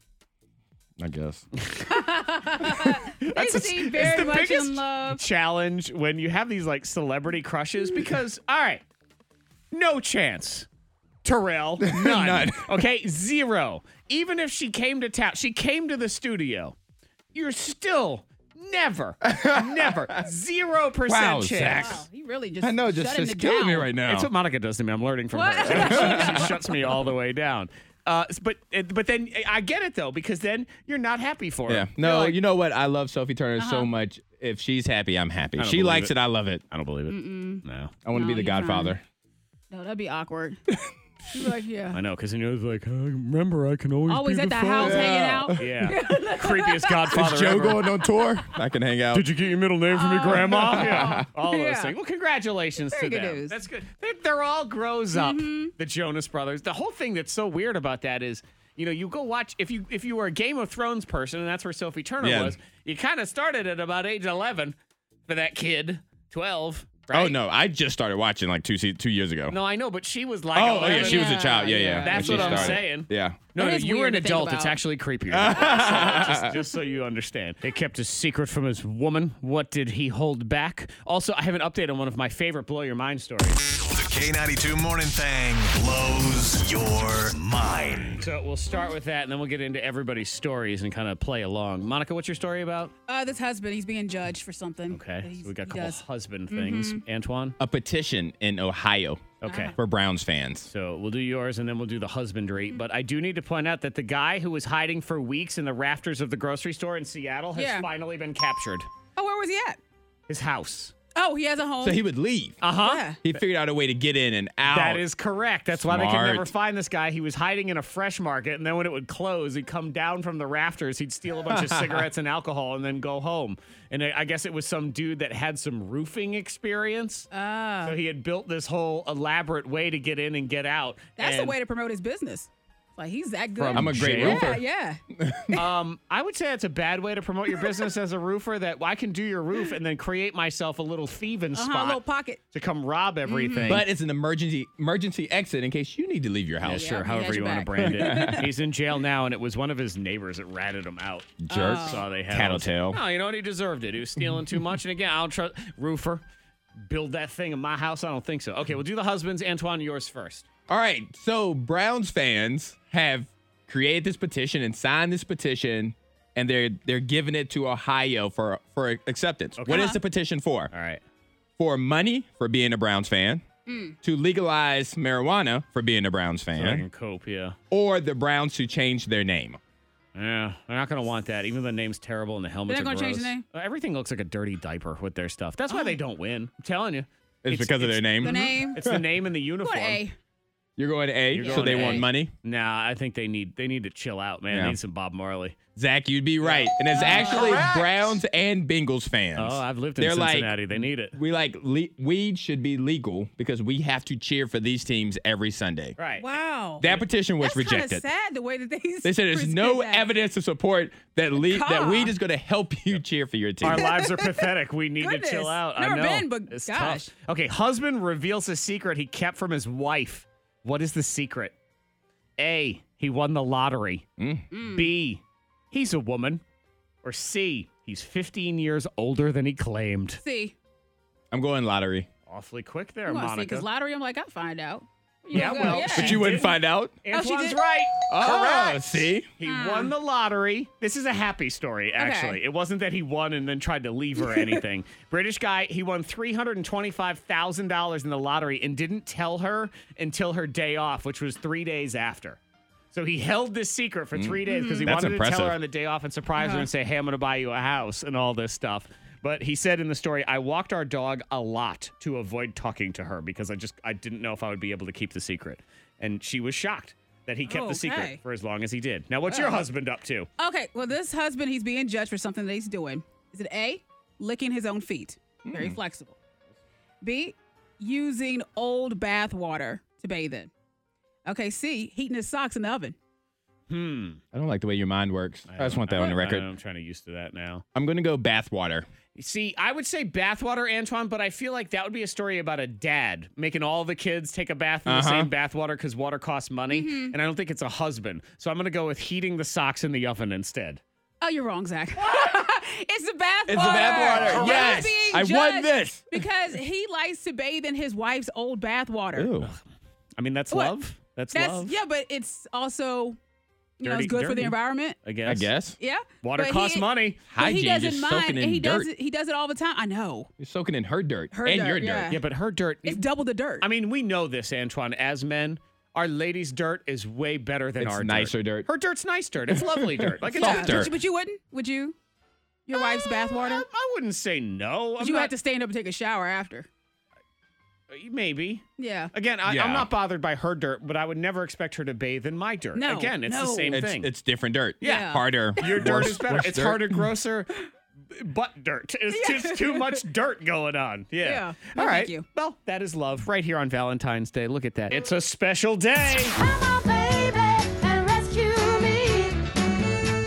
F: I guess.
E: They
A: That's-
E: seem
A: it's
E: very
A: the
E: much
A: biggest
E: in love.
A: Challenge when you have these like celebrity crushes because all right, no chance. Terrell, none.
F: None.
A: Okay, zero. Even if she came to town, she came to the studio. You're still never, never zero percent
F: Wow,
A: chance.
F: Zach.
E: Wow, he really just
F: I know.
E: shut
F: Just,
E: him
F: just
E: down.
F: killing me right now.
A: It's what Monica does to me. I'm learning from
E: What?
A: her. she, she shuts me all the way down. Uh, but but then I get it though because then you're not happy for
F: yeah.
A: her.
F: No, you know what? I love Sophie Turner so much. If she's happy, I'm happy. She
A: believe
F: likes
A: it.
F: it. Uh-huh. I love it.
A: I don't believe it. No,
F: I want to
E: No,
F: be the
E: you're fine.
F: Godfather.
E: No, that'd be awkward. He's like, yeah.
A: I know because he was like, "Uh, remember I can always
E: Always
A: be
E: at the house
A: father."
E: hanging out.
A: Yeah, creepiest Godfather ever.
F: on tour? I can hang out.
A: Did you get your middle name from your grandma? Yeah, all of those
E: Yeah.
A: things. Well, congratulations
E: Very
A: to
E: good
A: them.
E: news.
A: That's good. They're, they're all grows up.
E: Mm-hmm.
A: The Jonas Brothers. The whole thing that's so weird about that is, you know, you go watch if you if you were a Game of Thrones person, and that's where Sophie Turner
F: Yeah.
A: was. You kind of started at about age eleven for that kid, twelve. Right?
F: Oh no, I just started watching like two se- two years ago.
A: No, I know, but she was like.
F: oh, oh,
A: 11.
F: yeah, she was a child. Yeah, yeah.
E: Yeah.
F: when
A: That's
F: she
A: what I'm saying.
F: Yeah.
A: No,
E: That
A: no,
E: is
A: you were
E: weird
A: an
E: to think
A: adult.
E: about.
A: It's actually creepier. So, just, just so you understand. They kept a secret from his woman. What did he hold back? Also, I have an update on one of my favorite blow your mind stories.
L: The K92 Morning Thing blows your mind.
A: So we'll start with that, and then we'll get into everybody's stories and kind of play along. Monica, what's your story about?
E: Uh, this husband, he's being judged for something. that
A: Okay,
E: he's-
A: so we got a
E: he
A: couple
E: does.
A: husband things. Antoine.
F: A petition in Ohio
A: Okay.
F: for Browns fans.
A: So we'll do yours and then we'll do the husbandry.
E: Mm-hmm.
A: But I do need to point out that the guy who was hiding for weeks in the rafters of the grocery store in Seattle has
E: Yeah.
A: finally been captured.
E: Oh, where was he at?
A: His house.
E: Oh, he has a home.
F: So he would leave.
A: Uh huh.
E: Yeah.
F: He figured out a way to get in and out.
A: That is correct. That's why they could
F: Smart.
A: never find this guy. He was hiding in a fresh market, and then when it would close, he'd come down from the rafters. He'd steal a bunch of cigarettes and alcohol, and then go home. And I I guess it was some dude that had some roofing experience,
E: Ah.
A: so he had built this whole elaborate way to get in and get out.
E: That's
A: and,
E: the way to promote his business. Like he's that good.
A: From
F: I'm a great
A: jail?
F: roofer.
E: yeah, yeah.
A: Um, I would say that's a bad way to promote your business as a roofer. That I can do your roof and then create myself a little thieving
E: Uh-huh,
A: spot
E: little Mm-hmm. pocket.
A: to come rob everything.
F: But it's an emergency emergency exit in case you need to leave your
A: Yeah,
F: house.
A: sure.
E: he
A: However
E: has
A: you
E: your
A: want to
E: back.
A: brand it. He's in jail now, and it was one of his neighbors that ratted him out.
F: Jerk.
A: Saw they had him.
F: Tattletale.
A: No, you know what? He deserved it. He was stealing too much. And again, I don't trust roofer. Build that thing in my house? I don't think so. Okay, we'll do the husband's. Antoine, yours first.
F: All right. So Browns fans have created this petition and signed this petition, and they're they're giving it to Ohio for for acceptance. What
A: Uh-huh.
F: is the petition for?
A: All right.
F: For money for being a Browns fan,
E: Mm.
F: to legalize marijuana for being a Browns
A: So I can
F: fan,
A: cope. Yeah.
F: or the Browns to change their name.
A: Yeah, they're not going to want that. Even though the name's terrible and the helmets
E: They're not
A: are
E: gonna change
A: gross.
E: the name? Oh.
A: Uh, Everything looks like a dirty diaper with their stuff. That's why they don't win. I'm telling you.
F: It's, because of their name. Mm-hmm.
E: The name.
A: Mm-hmm. It's the name and the uniform.
E: What a.
F: You're going A,
A: You're
F: so
A: going
F: they
A: A.
F: want money.
A: Nah, I think they need they need to chill out, man.
F: Yeah.
A: They need some Bob Marley.
F: Zach, you'd be right. And it's actually Browns and Bengals fans.
A: Oh, I've lived in
F: They're like,
A: Cincinnati. they need it.
F: We like le- weed should be legal because we have to cheer for these teams every Sunday.
A: Right.
E: Wow.
F: That petition was
E: That's kinda
F: rejected.
E: sad the way that they.
F: They said there's no
E: that.
F: evidence of support that le- that
E: Caw.
F: weed is going to help you cheer for your team.
A: Our lives are pathetic. We need to chill
E: Goodness.
A: out. I
E: Never
A: know.
E: been, but
A: it's
E: gosh.
A: tough. Okay, husband reveals a secret he kept from his wife. What is the secret?
E: Mm.
A: A. He won the lottery. B. He's a woman. Or C. He's 15 years older than he claimed.
E: See,
F: I'm going lottery.
A: Awfully quick there,
E: you want to see?
A: Monica.
E: Because lottery, I'm like, I'll find out.
A: Yeah,
E: go,
A: well,
E: yeah.
F: But you wouldn't find out?
E: Oh, she
A: Antoine's
E: did-
A: right.
F: Oh,
A: Correct.
F: see?
A: He won the lottery. This is a happy story, actually. It wasn't that he won and then tried to leave her or anything. British guy, he won $325,000 in the lottery and didn't tell her until her day off, which was three days after. So he held this secret for three days because he
F: Hmm. That's
A: wanted to
F: impressive.
A: tell her on the day off and surprise her
E: Uh-huh.
A: and say, hey, I'm going to buy you a house and all this stuff. But he said in the story, I walked our dog a lot to avoid talking to her because I just I didn't know if I would be able to keep the secret. And she was shocked that he kept the
E: Okay.
A: secret for as long as he did. Now, what's your
E: Oh.
A: husband up to?
E: Okay, well, this husband, he's being judged for something that he's doing. Is it A, licking his own feet?
F: Hmm.
E: Very flexible. B, using old bath water to bathe in. Okay, C, heating his socks in the oven.
A: Hmm.
F: I don't like the way your mind works. I, just want that
E: Uh,
F: on the record.
A: I'm trying to used to that now.
F: I'm going to go bathwater.
A: See, I would say bathwater, Antoine, but I feel like that would be a story about a dad making all the kids take a bath in the
F: Uh-huh.
A: same bathwater because water costs money.
E: Mm-hmm.
A: And I don't think it's a husband. So I'm going to go with heating the socks in the oven instead.
E: Oh, you're wrong, Zach. it's the bath
F: It's the
E: water.
F: bathwater.
E: He's
F: Yes.
E: being
F: I won
E: judged
F: this.
E: Because he likes to bathe in his wife's old bath water.
F: Ooh.
A: I mean, that's
E: What?
A: love. That's,
E: That's
A: love.
E: yeah, but it's also you know,
A: Dirty-
E: it's good for the
A: dirty.
E: environment.
A: I guess.
F: I guess.
E: Yeah.
A: Water
E: But
A: costs
E: he-
A: money.
E: But he
F: Hygiene,
E: doesn't
F: just
E: mind,
F: soaking in
E: and he
F: dirt.
E: does it. He does it all the time. I know.
F: You're soaking in her dirt
E: Her
F: and
E: dirt,
F: your dirt.
E: yeah.
A: Yeah, but her dirt.
E: It's double the dirt.
A: I mean, we know this, Antoine, as men. Our ladies' dirt is way better than
F: It's
A: our
F: nicer dirt.
A: Her dirt's nice dirt. It's lovely dirt. Like it's
F: Yeah. Soft
E: But
F: dirt.
E: you, but you wouldn't? Would you? Your wife's
A: I,
E: bathwater?
A: I wouldn't say no. Uh, I'm
E: But you
A: not,
E: have to stand up and take a shower after.
A: maybe.
E: Yeah.
A: Again, I,
F: Yeah.
A: I'm not bothered by her dirt, but I would never expect her to bathe in my dirt.
E: No,
A: Again, it's the
E: no.
A: same
F: It's,
A: thing.
F: it's different dirt.
E: Yeah.
F: Harder.
A: Your dirt
F: worse-
A: is better.
F: worse
A: It's
F: dirt.
A: harder, grosser. b- Butt dirt. It's
E: Yeah.
A: just too much dirt going on. Yeah.
E: Yeah. No,
A: All
E: thank
A: right.
E: you.
A: Well, that is love right here on Valentine's Day. Look at that. It's a special day.
M: Come on, baby, and rescue me.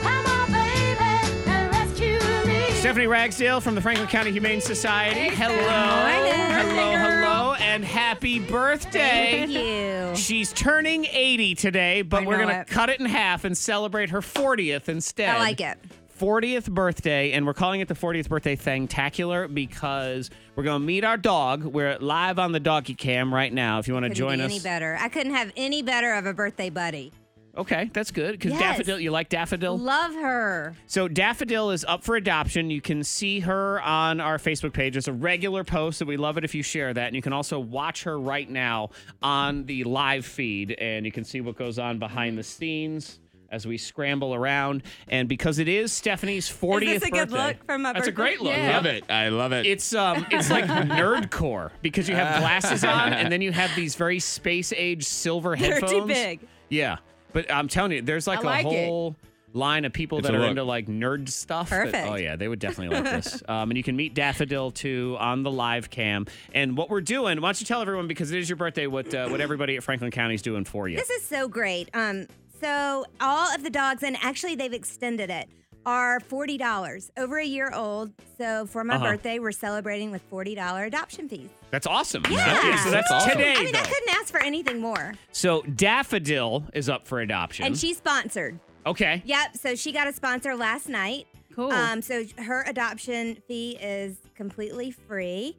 M: Come on, baby, and rescue me.
A: Stephanie Ragsdale from the Franklin County Humane Society. hello. Hello, hello, and happy birthday.
N: Thank you.
A: She's turning 80 today, but
N: I
A: we're
N: know
A: going to
N: it.
A: cut it in half and celebrate her 40th instead.
N: I like it.
A: 40th birthday, and we're calling it the 40th birthday Tacular because we're going to meet our dog. We're live on the doggy cam right now if you want to
N: Couldn't
A: join
N: be
A: us.
N: any better. I couldn't have any better of a birthday buddy.
A: Okay, that's good because
N: Yes.
A: Daffodil, you like Daffodil?
N: Love her.
A: So Daffodil is up for adoption. You can see her on our Facebook page. It's a regular post, so we love it if you share that. And you can also watch her right now on the live feed, and you can see what goes on behind the scenes as we scramble around. And because it is Stephanie's 40th
N: Is this a
A: birthday,
N: good look from a
A: that's
N: birthday?
A: a great look.
F: I love it. I love it.
A: It's um, it's like nerdcore because you
N: Ah.
A: have glasses on, and then you have these very space age silver
N: They're too
A: headphones.
N: big.
A: Yeah, but I'm telling you, there's like,
N: I like
A: a
N: it.
A: whole line of people
F: It's
A: that
F: a
A: are
F: look.
A: into like nerd stuff. that-
N: Perfect.
A: oh yeah, they would definitely like this. Um, and you can meet Daffodil too on the live cam. And what we're doing, why don't you tell everyone because it is your birthday, what uh, what everybody at Franklin County is doing for you?
N: This is so great. Um, so all of the dogs, and actually they've extended it, are forty dollars over a year old. So for my
A: Uh-huh.
N: birthday, we're celebrating with forty dollar adoption fees.
A: that's awesome.
N: Yeah.
A: Okay, so that's
F: That's awesome.
A: today.
N: I mean, I
A: though.
N: couldn't ask for anything more.
A: So Daffodil is up for adoption.
N: And she's sponsored.
A: okay.
N: Yep. So she got a sponsor last night.
E: Cool.
N: Um, so her adoption fee is completely free.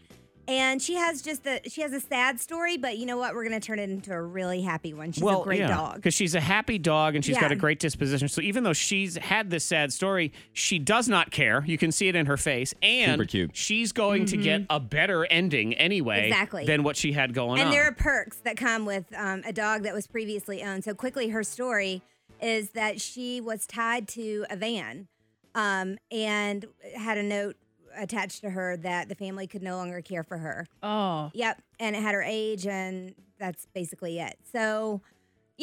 N: And she has just a she has a sad story, but you know what? We're gonna turn it into a really happy one. She's a great dog.
A: Because she's a happy dog and she's got
N: Yeah.
A: a great disposition. So even though she's had this sad story, she does not care. You can see it in her face. And
F: Super cute.
A: she's going to get a better ending anyway
N: Mm-hmm. Exactly.
A: than what she had going
N: and
A: on.
N: there are perks that come with um, a dog that was previously owned. So quickly, her story is that she was tied to a van um, and had a note attached to her that the family could no longer care for her.
E: Oh.
N: Yep, and it had her age, and that's basically it. So.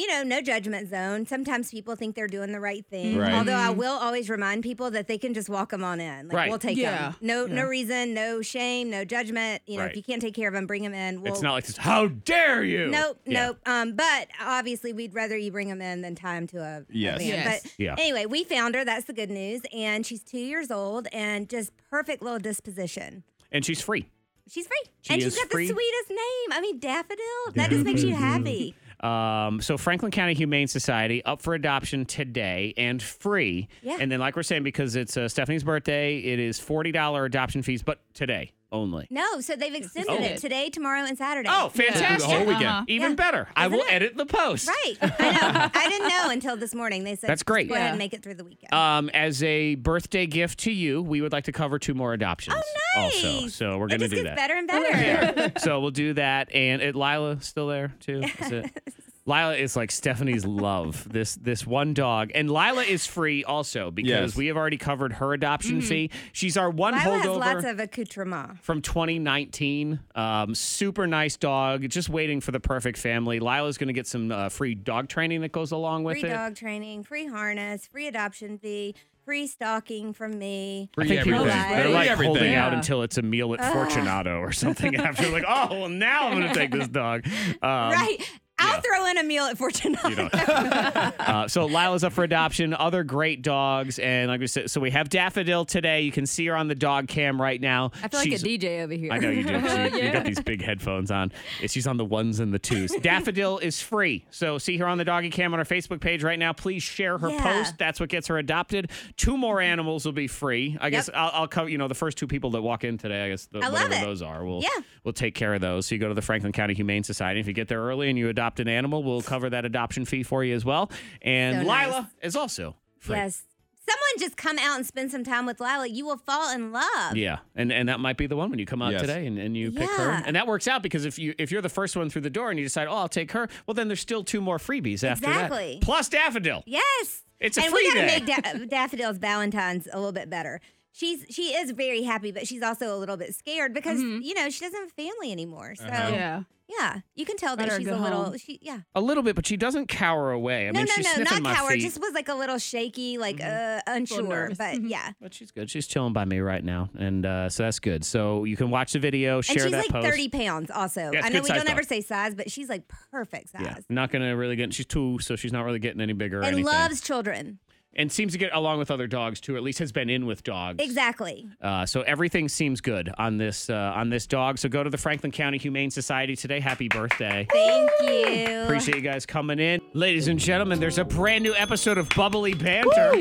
N: You know, no judgment zone. Sometimes people think they're doing the right thing.
F: Right.
N: Although I
E: Mm-hmm.
N: will always remind people that they can just walk them on in. Like
A: Right.
N: we'll take
E: Yeah.
N: them. No,
E: Yeah.
N: no reason, no shame, no judgment. You know,
A: Right.
N: if you can't take care of them, bring them in. We'll,
A: it's not like this, how dare you?
N: Nope,
A: Yeah.
N: nope. Um, but obviously, we'd rather you bring them in than tie them to a, a
F: Yes.
N: van.
E: Yes.
N: But
A: Yeah.
N: anyway, we found her. That's the good news. And she's two years old and just perfect little disposition.
A: And she's free.
N: She's free.
A: She
N: and
A: is
N: she's got
A: free.
N: the sweetest name. I mean, Daffodil. That just makes you happy.
A: Um, so Franklin County Humane Society up for adoption today and free.
N: Yeah.
A: And then, like we're saying, because it's uh, Stephanie's birthday, it is forty dollar adoption fees, but today only.
N: No, so they've extended
A: Oh.
N: it today, tomorrow, and Saturday.
A: Oh, fantastic! Even
N: Uh-huh. Yeah.
A: better. I
N: Isn't
A: will
N: it?
A: edit the post.
N: Right. I know. I didn't know until this morning. They said
A: That's great.
N: Just go ahead
A: Yeah.
N: and make it through the weekend.
A: Um, as a birthday gift to you, we would like to cover two more adoptions. Oh, Also, so we're
N: it
A: gonna
N: just
A: do
N: gets
A: that.
N: better and better.
A: so we'll do that. And it, Lila still there too. Is it? Lila is like Stephanie's love. This this one dog, and Lila is free also because
F: Yes.
A: we have already covered her adoption
N: Mhm.
A: fee. She's our one
N: Lila has
A: holdover
N: lots of accoutrements.
A: from 2019. Um, super nice dog, just waiting for the perfect family. Lila's going to get some uh, free dog training that goes along with
N: Free
A: it.
N: dog training, free harness, free adoption fee, free stalking from me.
A: I think people,
N: Realize-
A: they're like
F: Everything.
A: holding out
F: Yeah.
A: until it's a meal at
N: Ugh.
A: Fortunato or something after, like, oh, well, now I'm going to take this dog. Um,
N: right. I'll
A: yeah.
N: throw in a meal at Fortunato.
A: Uh, so Lila's up for adoption. Other great dogs, and like we said, so we have Daffodil today. You can see her on the dog cam right now.
O: I feel like
A: She's-
O: a DJ over here.
A: I know you do. 'cause You, you
O: Yeah.
A: got these big headphones on. She's on the ones and the twos. Daffodil is free. So see her on the doggy cam on our Facebook page right now. Please share her
F: Yeah.
A: post. That's what gets her adopted. Two more animals will be free. I guess I'll, I'll cover, you know, the first two people that walk in today, I guess the,
N: I love
A: whatever
N: it.
A: those are, we'll,
N: Yeah.
A: we'll take care of those. So you go to the Franklin County Humane Society. If you get there early and you adopt an animal, we'll cover that adoption fee for you as well. And
N: So nice.
A: Lila is also free.
N: Yes. Someone just come out and spend some time with Lila. You will fall in love.
A: Yeah, and and that might be the one when you come out
F: Yes.
A: today and, and you pick her,
N: Yeah.
A: and that works out because if you if you're the first one through the door and you decide, oh, I'll take her, well then there's still two more freebies after
N: Exactly.
A: that, plus daffodil.
N: Yes.
A: It's a
N: and
A: free
N: we gotta
A: day.
N: make da- Daffodil's Valentine's a little bit better. She's she is very happy, but she's also a little bit scared because
O: Mm-hmm.
N: you know she doesn't have a family anymore. So
A: Uh-huh. Yeah.
N: yeah, you can tell
O: Let
N: that
O: her
N: she's
O: go
N: a little.
O: home.
N: She yeah.
A: A little bit, but she doesn't cower away. I
N: no,
A: mean,
N: no,
A: she's
N: no,
A: sniffing
N: not
A: my
N: cower.
A: feet.
N: Just was like a little shaky, like uh, unsure. But yeah,
A: but she's Good. She's chilling by me right now, and uh, so that's good. So you can watch the video, share
N: and she's
A: that
N: like
A: post.
N: thirty pounds. Also,
A: Yeah, it's
N: I know
A: good
N: we
A: size
N: don't ever
A: dog.
N: say size, but she's like perfect size
A: Yeah, not gonna really get. She's two, so she's not really getting any bigger or
N: and
A: anything.
N: loves children.
A: and seems to get along with other dogs too. At least has been in with dogs.
N: Exactly.
A: Uh, so everything seems good on this uh, on this dog. So go to the Franklin County Humane Society today. Happy birthday!
N: Thank you.
A: Appreciate you guys coming in, ladies and gentlemen. There's a brand new episode of Bubbly Banter.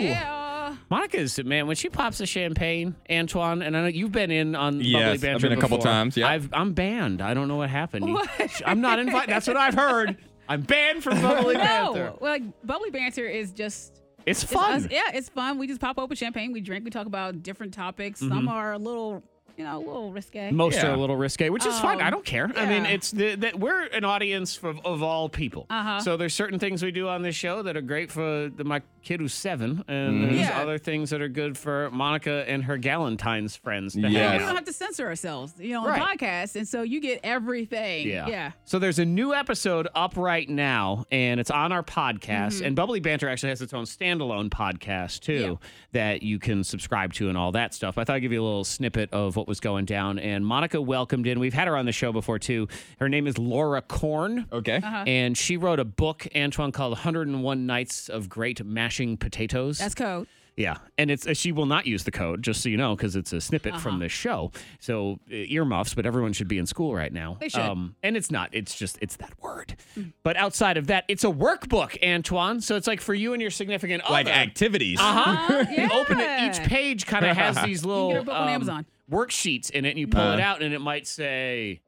A: Monica's man when she pops the champagne, Antoine, and I know you've been in on Bubbly
F: Yes,
A: Banter.
F: I've been a couple
A: before.
F: times, yeah.
A: I've, I'm banned. I don't know what happened. You- I'm not invited. That's what I've heard. I'm banned from Bubbly
E: no,
A: Banter.
E: well, like bubbly banter is just.
A: It's fun.
E: us- yeah, it's fun. We just pop open champagne, we drink, we talk about different topics. Some
A: Mhm.
E: are a little, you know, a little risque.
A: Most are a little risque, which is fine. I
E: Um,
A: don't care. I mean,
E: yeah.
A: it's the, that we're an audience of, of all people.
E: Uh-huh.
A: So there's certain things we do on this show that are great for the, my kid who's seven, and
E: Mhm.
A: there's
E: Yeah.
A: other things that are good for Monica and her Galentine's friends. To
E: Yeah,
A: hang
E: we don't
A: out.
E: have to censor ourselves, you know, on podcasts, and so you get everything.
A: Yeah.
E: yeah.
A: So there's a new episode up right now, and it's on our podcast.
E: Mhm.
A: And Bubbly Banter actually has its own standalone podcast too that you can subscribe to and all that stuff. I thought I'd give you a little snippet of what was going down. And Monica welcomed in. We've had her on the show before too. Her name is Laura Korn.
F: Okay.
E: Uh-huh.
A: And she wrote a book, Antoine, called 101 Nights of Great Mashing Potatoes.
E: That's code.
A: Yeah, and it's uh, she will not use the code, just so you know, because it's a snippet
F: Uh-huh.
A: from this show. So uh, earmuffs, but everyone should be in school right now. Um,
E: They should.
A: and it's not. It's just it's that word.
F: Mm.
A: But outside of that, it's a workbook, Antoine. So it's like for you and your significant other.
F: Like activities.
A: Uh huh. You open it. Each page kind of has these
F: Oh, You can get
A: little
F: a book on
A: um,
F: Amazon.
A: worksheets in it, and you pull it
F: Uh.
A: out, and it might say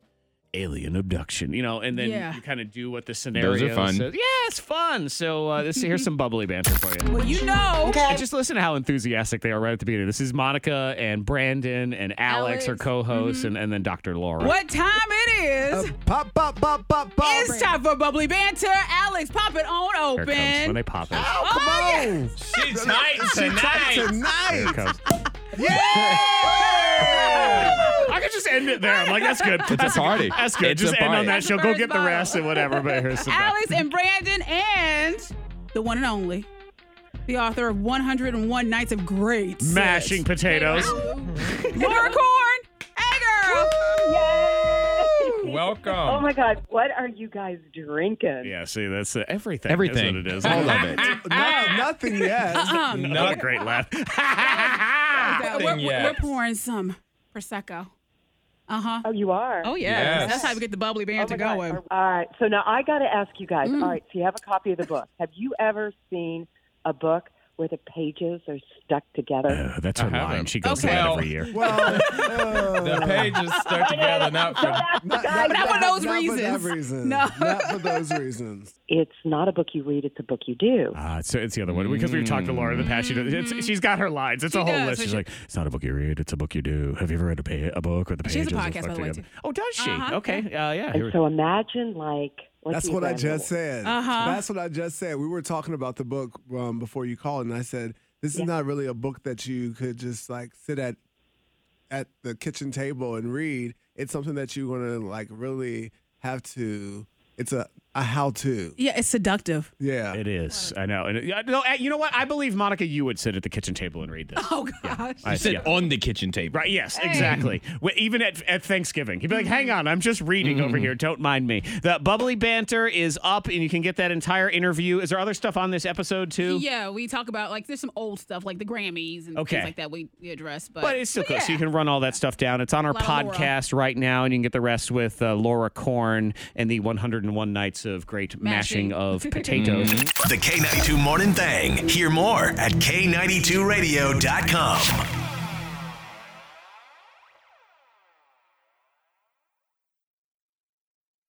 A: alien abduction, you know, and then
E: Yeah.
A: you kind of do what the scenario
F: fun.
A: says. Yeah, it's fun. So uh, this here's some bubbly banter for you.
E: Well, you know.
A: And just listen to how enthusiastic they are right at the beginning. This is Monica and Brandon and Alex,
E: Alex. Mm-hmm.
A: our co-hosts, and, and then Dr. Laura.
E: What time it is? Uh, pop, pop, pop, pop, pop. It's time for bubbly banter. Alex, pop it on
A: Here it
E: open.
A: comes when they pop it.
E: Oh, yeah.
F: She's tight tonight.
A: Here it comes. I could just end it there. I'm like, that's good.
F: It's a
A: that's good.
F: party.
A: That's good.
F: It's
A: just
F: a
A: end on
F: party.
A: that
F: That's
A: show.
E: the
A: Go
E: first
A: get the
E: bottle.
A: rest and whatever. But here's some
E: Alex and Brandon and the one and only, the author of 101 Nights of Great Sex.
A: mashing potatoes.
E: Laura Corn. Hey, girl.
F: Welcome.
G: Oh my God, what are you guys drinking?
A: Yeah, see, that's uh, everything.
F: Everything.
A: That's what it is.
F: All
A: of it.
P: no, nothing yet.
E: Uh-uh.
A: Not a great laugh.
E: Uh, we're,
A: Nothing
E: we're- we're
A: yet.
E: pouring some prosecco. Uh huh.
G: Oh, you are?
E: Oh yeah. That's how we get the bubbly banter
G: Oh my God.
E: going.
G: All right. So now I got to ask you guys.
E: Mm.
G: All right. So you have a copy of the book. Have you ever seen a book where the pages are stuck together?
A: Uh, that's her line. She goes
G: Okay.
A: to that
G: Well-
A: every year.
G: Well,
F: the pages stuck together now.
E: Not, but not for those reasons. No.
O: Not for those reasons.
G: it's not a book you read. It's a book you do.
A: Uh, so it's the other one because we've talked to Laura in the past. She does, it's, she's got her lines. It's a
E: Mm. She
A: whole
E: does,
A: list.
E: but
A: She's
E: she-
A: like, it's not a book you read, it's a book you do. Have you ever read a, pa- a book or the
E: She
A: pages?
E: has a
A: are
E: podcast,
A: stuck
E: by the way. Uh-huh,
A: together? Oh, does she? Okay. Uh, yeah.
G: And
A: here-
G: so imagine like. like
O: That's
G: the
O: what I
G: example.
O: just said.
G: Uh-huh.
O: That's what I just said. We were talking about the book um, before you called, and I said this is not really a book that you could just like sit at at the kitchen table and read. It's something that you want to like really have to. It's a a how to.
E: Yeah, it's seductive.
O: Yeah,
A: it is. I know. And it- yeah, no, uh, you know what? I believe Monica, you would sit at the kitchen table and read this.
E: Oh gosh.
A: I
F: said on the kitchen table.
A: Right. Yes.
E: "Oh." Hey. Mm-hmm.
A: Exactly. Well, Even at, at Thanksgiving, he'd be like, "Hang on, I'm just reading over here. Don't mind me." The bubbly banter is up, and you can get that entire interview. Is there other stuff on this episode too?
E: Yeah, we talk about like there's some old stuff like the Grammys and
A: Okay.
E: things like that we, we address, but,
A: But it's still close. So you can run all that stuff down. It's on our
E: A lot of Laura.
A: podcast right now, and you can get the rest with uh, Laura Korn and the 101 Nights of Great Mashing,
L: Mashing.
A: of Potatoes.
L: The K92 Morning Thing. Hear more at K92Radio.com.